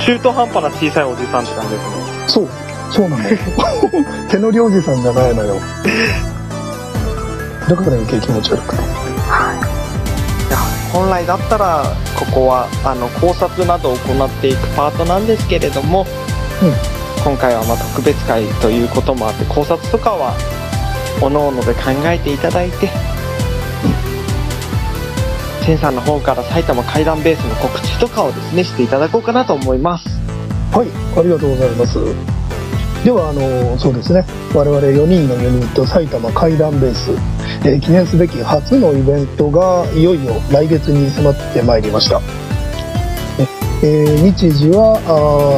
[SPEAKER 2] 中途半端な小さいおじさんって感じですね。
[SPEAKER 3] そう。そうなのよ。手のりおじさんじゃないのよ。だから余計気持ち悪くて。
[SPEAKER 2] 本来だったら、ここは、あの、考察などを行っていくパートなんですけれども、
[SPEAKER 3] うん
[SPEAKER 2] 今回はまあ特別会ということもあって、考察とかは、各々で考えていただいて、千さんの方から埼玉階段ベースの告知とかをですね、していただこうかなと思います。
[SPEAKER 3] はい、ありがとうございます。では、あの、そうですね。我々4人のユニット、埼玉階段ベース、えー記念すべき初のイベントが、いよいよ来月に迫ってまいりました。えー日時は、あ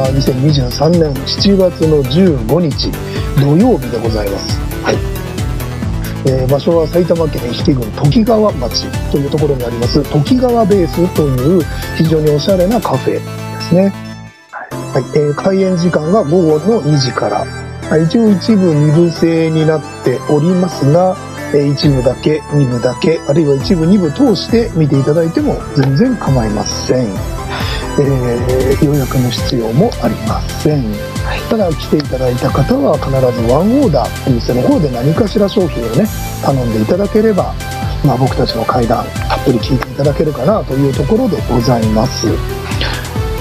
[SPEAKER 3] ー2023年7月の15日、土曜日でございます。はい。えー場所は埼玉県比企郡時川町というところにあります、時川ベースという非常におしゃれなカフェですね。はいえー開演時間が午後の2時から。はい一応一部二部制になっておりますが、えー一部だけ、二部だけ、あるいは一部二部通して見ていただいても全然構いません。えー予約の必要もありません。ただ来ていただいた方は必ずワンオーダー、お店の方で何かしら商品をね、頼んでいただければ、まあ僕たちの会談、たっぷり聞いていただけるかなというところでございます。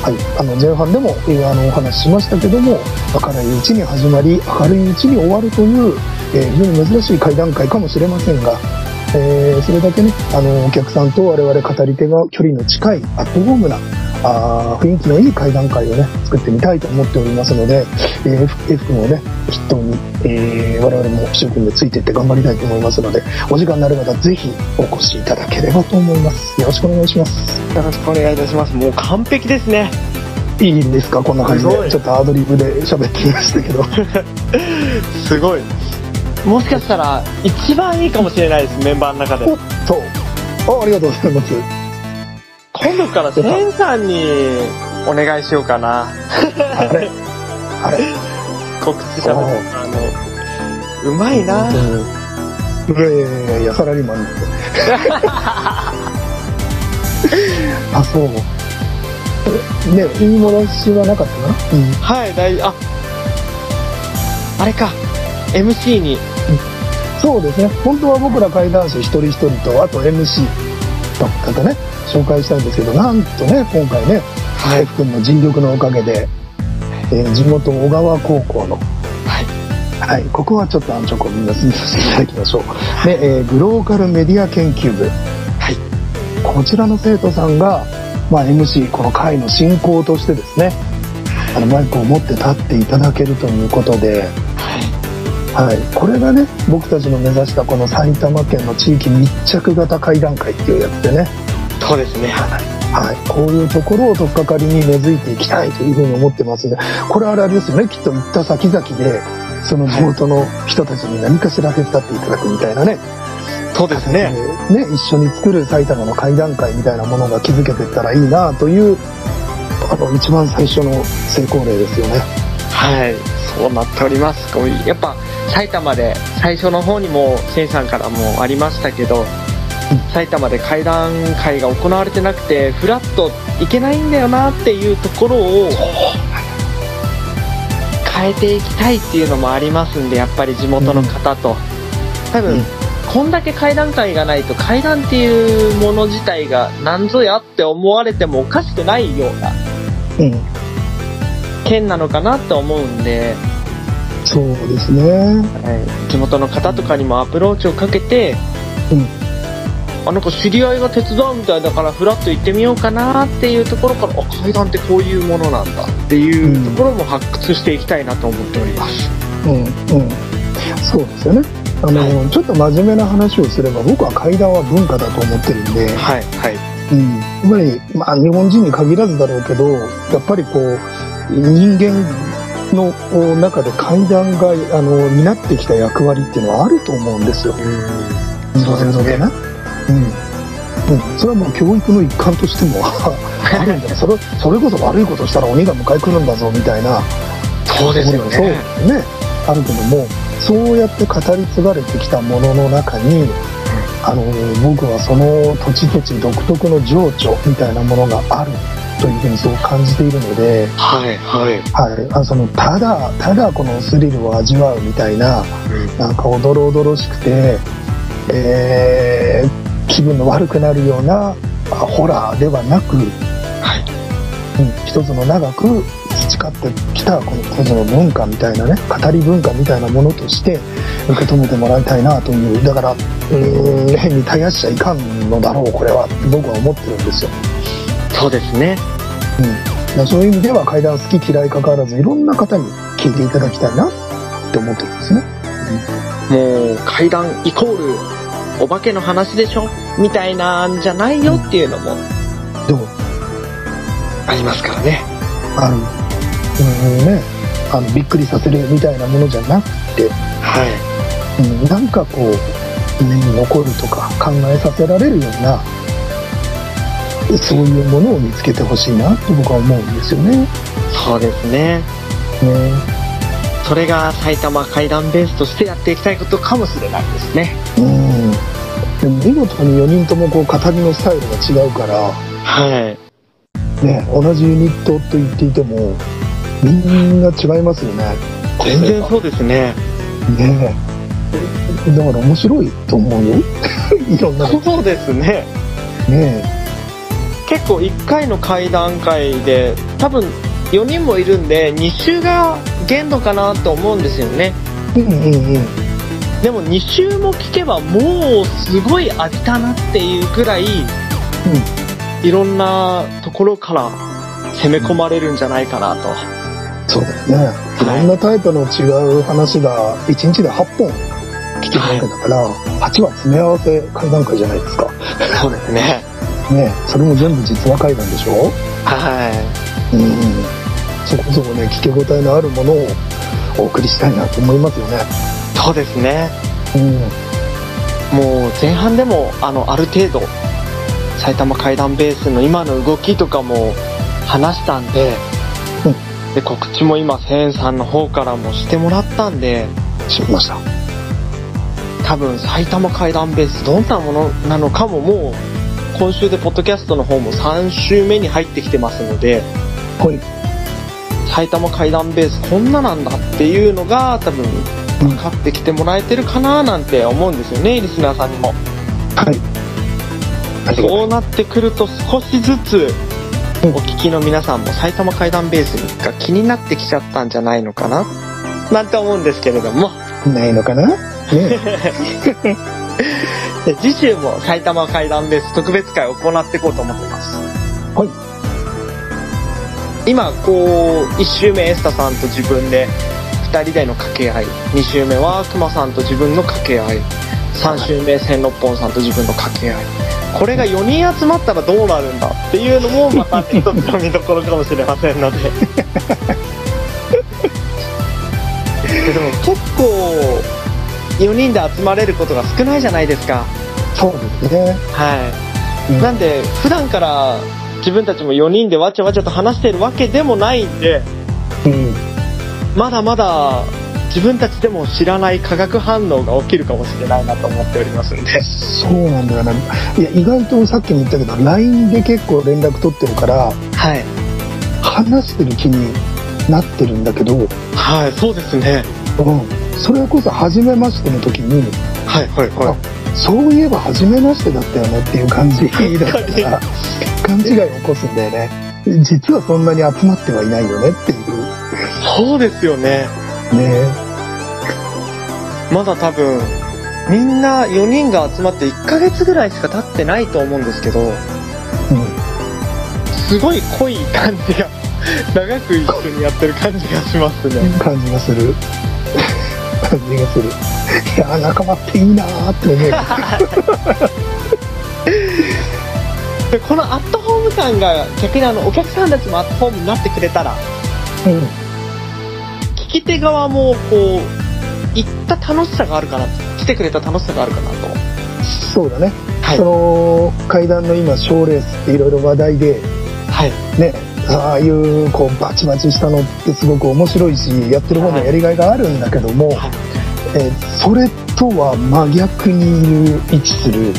[SPEAKER 3] はい、あの前半でも、えーあのお話ししましたけども明るいうちに始まり明るいうちに終わるという、えー非常に珍しい会談会かもしれませんが、えーそれだけねあのお客さんと我々語り手が距離の近いアットホームなあー雰囲気のいい会談会をね作ってみたいと思っておりますので、えー F, F 君をね筆頭に、えー我々も一生懸命ついていって頑張りたいと思いますのでお時間のある方ぜひお越しいただければと思いますよろしくお願いします
[SPEAKER 2] よろしくお願いいたします。もう完璧ですね。
[SPEAKER 3] いいんですかこんな感じ
[SPEAKER 4] すごい
[SPEAKER 3] でちょっとアドリブで喋ってみました
[SPEAKER 4] [LAUGHS]
[SPEAKER 3] けど
[SPEAKER 4] すごい。もしかしたら、一番いいかもしれないです、メンバーの中で。
[SPEAKER 3] おっとあありがとうございます
[SPEAKER 4] 今度からセンさんにお願いしようかな。
[SPEAKER 3] あれあれ
[SPEAKER 4] 告知者の、あの、うまいな。
[SPEAKER 3] いやいやいやいやサラリーマン
[SPEAKER 4] [LAUGHS]
[SPEAKER 3] なんであそうえね言い戻しはなかったな、
[SPEAKER 4] はい、大あ、あれか。MC に。
[SPEAKER 3] そうですね本当は僕ら怪談師一人一人とあと MC の方ね紹介したいんですけどなんとね今回ね
[SPEAKER 4] は
[SPEAKER 3] 大福君の尽力のおかげで、えー地元小川高校の、
[SPEAKER 4] はい
[SPEAKER 3] はいここはちょっとあのちょこみんな進めさせていただきましょうで、えーグローカルメディア研究部、
[SPEAKER 4] はい
[SPEAKER 3] こちらの生徒さんが、まあ、MC この会の進行としてですねあのマイクを持って立っていただけるということで、はい、これがね僕たちの目指したこの埼玉県の地域密着型会談会っていうやつでね
[SPEAKER 4] そうですね。
[SPEAKER 3] はい、こういうところを取っかかりに根付いていきたいというふうに思ってますのでこれはあれですよねきっと行った先々でその地元の人たちに何かしら手伝っていただくみたいなね
[SPEAKER 4] そうですね。
[SPEAKER 3] えーね一緒に作る埼玉の会談会みたいなものが築けていったらいいなというあの一番最初の成功例ですよね。
[SPEAKER 4] はい、そうなっております。こうやっぱ埼玉で最初の方にもせんさんからもありましたけど、埼玉で会談会が行われてなくてフラッと行けないんだよなっていうところを変えていきたいっていうのもありますんでやっぱり地元の方と、多分、
[SPEAKER 3] うん
[SPEAKER 4] こんだけ会談会がないと会談っていうもの自体が何ぞやって思われてもおかしくないような
[SPEAKER 3] うん、
[SPEAKER 4] 県なのかなって思うんで。
[SPEAKER 3] そうですね
[SPEAKER 4] はい、地元の方とかにもアプローチをかけて、
[SPEAKER 3] うん
[SPEAKER 4] あなんか知り合いが手伝うみたいだからフラッと行ってみようかなっていうところからあ階段ってこういうものなんだっていうところも発掘していきたいなと思っております、
[SPEAKER 3] うんうん、そうですよねあの、ちょっと真面目な話をすれば僕は会談は文化だと思ってるんで、
[SPEAKER 4] はいはい
[SPEAKER 3] うん、やっぱり、まあ、日本人に限らずだろうけどやっぱりこう人間のこう中で階段があの担ってきた役割っていうのはあると思うんですよ
[SPEAKER 4] そうですね
[SPEAKER 3] それぞれなうん、うん、それはもう教育の一環として
[SPEAKER 4] [LAUGHS]
[SPEAKER 3] もあるんだよそれそれこそ悪いことしたら鬼が迎え来るんだぞみたいな
[SPEAKER 4] そうですよね
[SPEAKER 3] そうねあるけどもそうやって語り継がれてきたものの中にあの僕はその土地土地独特の情緒みたいなものがあるというふうにそう感じているので、
[SPEAKER 4] はいはい
[SPEAKER 3] はい、あそのただただこのスリルを味わうみたいななんかおどろおどろしくて、えー気分の悪くなるようなあホラーではなく、うん、一つの長く培ってきたこの一つの文化みたいなね語り文化みたいなものとして受け止めてもらいたいなというだから、うん、変に絶やしちゃいかんのだろうこれはって僕は思ってるんですよ。
[SPEAKER 4] そうですね
[SPEAKER 3] だからそういう意味では階段好き嫌いかかわらずいろんな方に聞いていただきたいなって思ってるんですね。
[SPEAKER 4] もう階段イコールお化けの話でしょみたいなんじゃないよっていうのも
[SPEAKER 3] どう
[SPEAKER 4] ありますからね
[SPEAKER 3] あの、うんね、あのびっくりさせるみたいなものじゃなくて、
[SPEAKER 4] はい
[SPEAKER 3] うん、なんかこう、胸に残るとか考えさせられるような、そういうものを見つけてほしいなって僕は思うんですよね。ね
[SPEAKER 4] そうですねそれが埼玉階段ベースとしてやっていきたいことかもしれないですね
[SPEAKER 3] うん。でも見事に4人ともこう語りのスタイルが違うから、
[SPEAKER 4] はい
[SPEAKER 3] ね、同じユニットと言っていても、みんな違いますよね。
[SPEAKER 4] 全然そうですね
[SPEAKER 3] ねえ。だから面白いと思うよ。 [LAUGHS] いろんなの
[SPEAKER 4] そうですね
[SPEAKER 3] ね
[SPEAKER 4] 結構1回の階段階で多分4人もいるんで2周が限度かなと思うんですよね
[SPEAKER 3] え。うんうんうん。
[SPEAKER 4] でも2周も聞けばもうすごい飽きたなっていうくらい、いろんなところから攻め込まれるんじゃないかなと
[SPEAKER 3] そうだよね。い
[SPEAKER 4] い
[SPEAKER 3] ろんなタイプの違う話が1日で8本聞けるわけだから、8は詰め合わせ会談会じゃないですか。
[SPEAKER 4] そうですね
[SPEAKER 3] ねえそれも全部実話会談でしょ
[SPEAKER 4] はい
[SPEAKER 3] うんうん、そこそこね聞き応えのあるものをお送りしたいなと思いますよね。
[SPEAKER 4] そうですね。
[SPEAKER 3] うん
[SPEAKER 4] もう前半でもあのある程度埼玉階段ベースの今の動きとかも話したんで,、で告知も今千円さんの方からもしてもらったんで
[SPEAKER 3] しました。
[SPEAKER 4] 多分埼玉階段ベースどんなものなのかももう今週でポッドキャストの方も3週目に入ってきてますので
[SPEAKER 3] はい。
[SPEAKER 4] 埼玉階段ベースこんななんだっていうのが多分
[SPEAKER 3] うん
[SPEAKER 4] 分かってきてもらえてるかななんて思うんですよねリスナーさんにも。
[SPEAKER 3] はい。ありがとう
[SPEAKER 4] そうなってくると少しずつお聞きの皆さんも埼玉階段ベースが気になってきちゃったんじゃないのかななんて思うんですけれども
[SPEAKER 3] ないのかな。 [LAUGHS] ね。
[SPEAKER 4] で次週も埼玉階段ベース特別会を行っていこうと思ってます
[SPEAKER 3] はい
[SPEAKER 4] 今こう1周目エスタさんと自分で2人での掛け合い2周目はクマさんと自分の掛け合い3周目千六本さんと自分の掛け合いこれが4人集まったらどうなるんだっていうのもまた一つの見どころかもしれませんので [LAUGHS] でも結構4人で集まれることが少ないじゃないですか
[SPEAKER 3] そうですね。
[SPEAKER 4] はい、
[SPEAKER 3] うん
[SPEAKER 4] なんで普段から自分たちも4人でわちゃわちゃと話してるわけでもないんで
[SPEAKER 3] うん。
[SPEAKER 4] まだまだ自分たちでも知らない化学反応が起きるかもしれないなと思っておりますんで
[SPEAKER 3] そうなんだよね。いや意外とさっきも言ったけど LINE で結構連絡取ってるから
[SPEAKER 4] はい
[SPEAKER 3] 話してる気になってるんだけど、うん、
[SPEAKER 4] はいそうですね
[SPEAKER 3] それこそ初めましての時に
[SPEAKER 4] はいはい
[SPEAKER 3] はいそういえば初めましてだったよねっていう感じだったから勘違いを起こすんだよね。実はそんなに集まってはいないよねっていう
[SPEAKER 4] そうですよね
[SPEAKER 3] ね。
[SPEAKER 4] まだ多分みんな4人が集まって1ヶ月ぐらいしか経ってないと思うんですけど
[SPEAKER 3] う
[SPEAKER 4] すごい濃い感じが長く一緒にやってる感じがしますね
[SPEAKER 3] ん、感じがする [LAUGHS] 感じがするいやー仲間っていいなーって
[SPEAKER 4] [LAUGHS]
[SPEAKER 3] 思う
[SPEAKER 4] でこのアットホーム感が逆にあのお客さんたちもアットホームになってくれたら
[SPEAKER 3] うん
[SPEAKER 4] 聞き手側もこう行った楽しさがあるかな来てくれた楽しさがあるかなと
[SPEAKER 3] そうだね、
[SPEAKER 4] はい
[SPEAKER 3] その階段の今賞レースっていろいろ話題で
[SPEAKER 4] はい
[SPEAKER 3] ねああいうこうバチバチしたのってすごく面白いしやってる方のやりがいがあるんだけども、
[SPEAKER 4] はい
[SPEAKER 3] えーそれとは真逆にいる位置する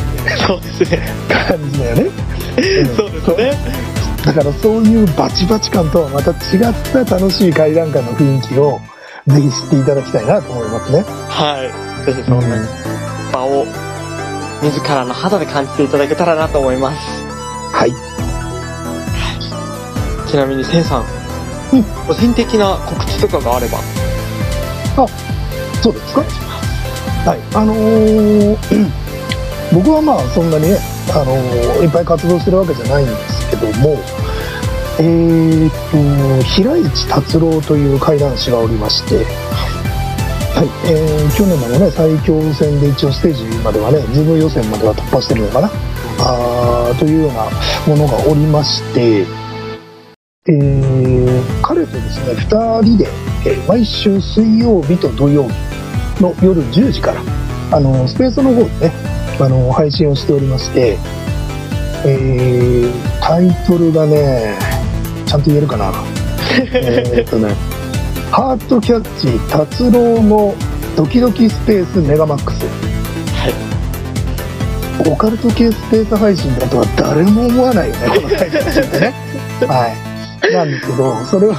[SPEAKER 4] そうですね
[SPEAKER 3] 感じだよね、うん
[SPEAKER 4] [LAUGHS] そうですね
[SPEAKER 3] だからそういうバチバチ感とはまた違った楽しい階段感の雰囲気をぜひ知っていただきたいなと思いますね。
[SPEAKER 4] はいぜひそんな場を自らの肌で感じていただけたらなと思います
[SPEAKER 3] はい。
[SPEAKER 4] ちなみにせいさん
[SPEAKER 3] うん
[SPEAKER 4] 個人的な告知とかがあれば
[SPEAKER 3] そうですかはい。あのーうん僕はまあそんなにね、あのーいっぱい活動してるわけじゃないんですけども、えーっと、平市達郎という怪談師がおりまして、はい、えー去年までね、最強戦で一応ステージまではね、ズーム予選までは突破してるのかな、あーというようなものがおりまして、えー彼とですね、2人で、えー毎週水曜日と土曜日の夜10時から、あの、スペースの方でね、あの、配信をしておりまして、えータイトルがね、ちゃんと言えるかな。えーっとね、ハートキャッチ達郎のドキドキスペースメガマックス。
[SPEAKER 4] はい
[SPEAKER 3] オカルト系スペース配信だとは誰も思わないよね、このタイトルってね。はい。なんですけど、それを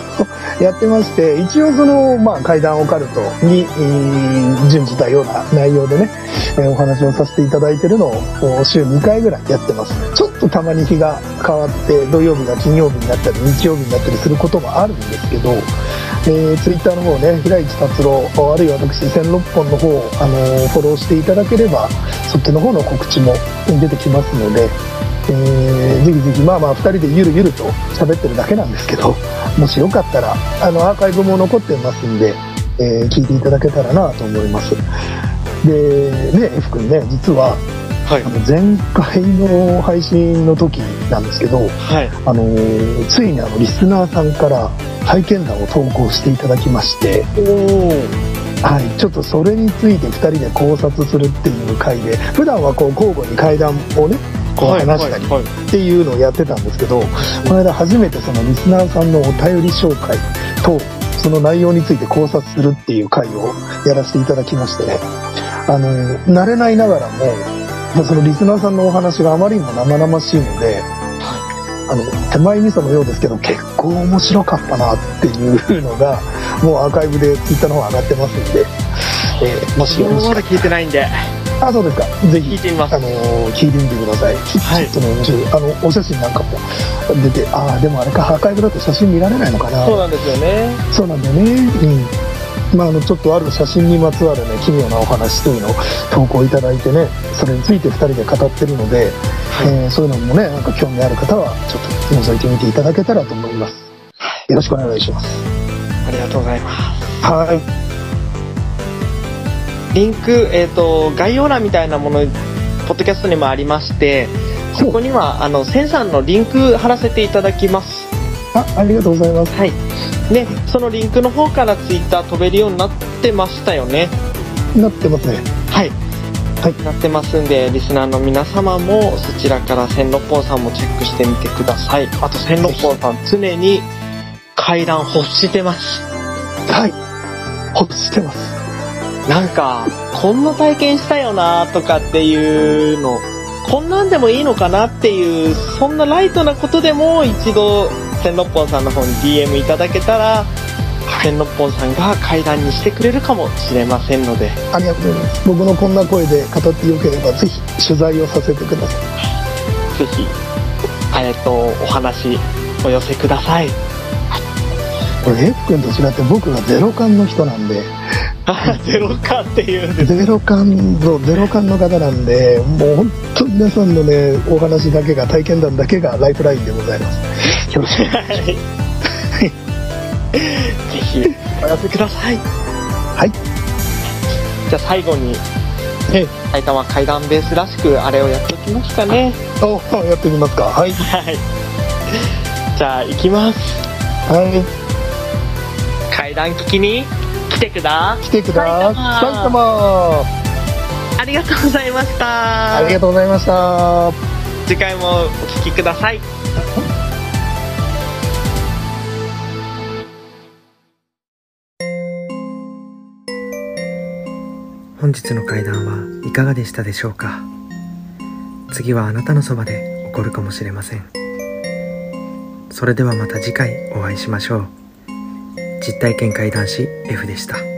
[SPEAKER 3] やってまして、一応その、まあ、階段オカルトに、えー準じたような内容でね、えーお話をさせていただいてるのを、こう週2回ぐらいやってます。ちょっとたまに日が変わって、土曜日が金曜日になったり、日曜日になったりすることもあるんですけど、えー、ツイッターの方ね、平市達郎、あるいは私、千六本の方、あのーフォローしていただければ、そっちの方の告知も出てきますので、えーぜひぜひ、まあまあ、2人でゆるゆると喋ってるだけなんですけど、もしよかったら、あの、アーカイブも残ってますんで、えー聞いていただけたらなと思います。で、ね、F 君ね、実は、
[SPEAKER 2] はい
[SPEAKER 3] あ。の前回の配信の時なんですけど、
[SPEAKER 2] はい。
[SPEAKER 3] あのーついにあのリスナーさんから体験談を投稿していただきまして、
[SPEAKER 2] おー。
[SPEAKER 3] はい、ちょっとそれについて2人で考察するっていう回で普段はこう交互に階段をねこう話したり
[SPEAKER 2] はい。
[SPEAKER 3] っていうのをやってたんですけど、この間初めてそのリスナーさんのお便り紹介とその内容について考察するっていう回をやらせていただきましてねあの慣れないながらもまあそのリスナーさんのお話があまりにも生々しいので。あの手前味噌のようですけど結構面白かったなっていうのがもうアーカイブでツイッターの方上がってますんで、えーもしよろし
[SPEAKER 2] ま
[SPEAKER 3] か
[SPEAKER 2] だ
[SPEAKER 3] っ
[SPEAKER 2] 聞いてないんで、
[SPEAKER 3] たらあそうですかぜひ
[SPEAKER 2] 聞いてみます
[SPEAKER 3] あ。のー聞いてみてください。ち
[SPEAKER 2] はい
[SPEAKER 3] ょっとね、面白い。あの、お写真なんかも出て、ああ、でもあれか、アーカイブだと写真見られないのかな。
[SPEAKER 2] そうなんですよね。
[SPEAKER 3] そうなんだよね。うん。まあ、あの、ちょっとある写真にまつわるね、奇妙なお話というのを投稿いただいてね、それについて2人で語ってるので、えーそういうのもね、なんか興味ある方は、ちょっと覗いてみていただけたらと思います。よろしくお願いします。
[SPEAKER 2] ありがとうございま
[SPEAKER 3] はい。
[SPEAKER 2] す。リンク、えっ、と、概要欄みたいなもの、ポッドキャストにもありまして、そこには、あの、センさんのリンク貼らせていただきます。
[SPEAKER 3] あ、ありがとうございます。
[SPEAKER 2] はい。で、そのリンクの方からツイッター飛べるようになってましたよね。
[SPEAKER 3] なってますね。
[SPEAKER 2] はい。
[SPEAKER 3] はい
[SPEAKER 2] なってますんで、リスナーの皆様もそちらから千六本さんもチェックしてみてください。あと千六本さん常に階段欲してます。
[SPEAKER 3] はい。ほっとしてます。
[SPEAKER 2] なんか、こんな体験したよなとかっていうの、こんなんでもいいのかなっていう、そんなライトなことでも一度千六本さんの方に DM いただけたら、千六本さんが階段にしてくれるかもしれませんので、
[SPEAKER 3] ありがとうございます。僕のこんな声で語ってよければ、ぜひ取材をさせてください。
[SPEAKER 2] ぜひ、えっと、お話、お寄せください。 [LAUGHS]
[SPEAKER 3] これ、F 君と違って僕がゼロ感の人なんで、
[SPEAKER 2] あゼロかっていうんです。
[SPEAKER 3] ゼロ感の、ゼロ感の方なんで、もう本当に皆さんのね、お話だけが、体験談だけがライフラインでございます。よろしく。。
[SPEAKER 2] はい。ぜひ、お寄せください。はいじゃあ最後に、
[SPEAKER 3] ええ
[SPEAKER 2] 埼玉階段ベースらしくあれをやっておきますかね。
[SPEAKER 3] お、やってみますか。はい。
[SPEAKER 2] はい。じゃあ行きます。
[SPEAKER 3] はい。
[SPEAKER 2] 階段聞きに来てくだ。
[SPEAKER 3] 来てください。埼
[SPEAKER 2] 埼
[SPEAKER 3] 玉
[SPEAKER 2] ありがとうございました。
[SPEAKER 3] ありがとうございました。
[SPEAKER 2] 次回もお聞きください。
[SPEAKER 1] 本日の会談はいかがでしたでしょうか次はあなたのそばで起こるかもしれませんそれではまた次回お会いしましょう実体験会談師 F でした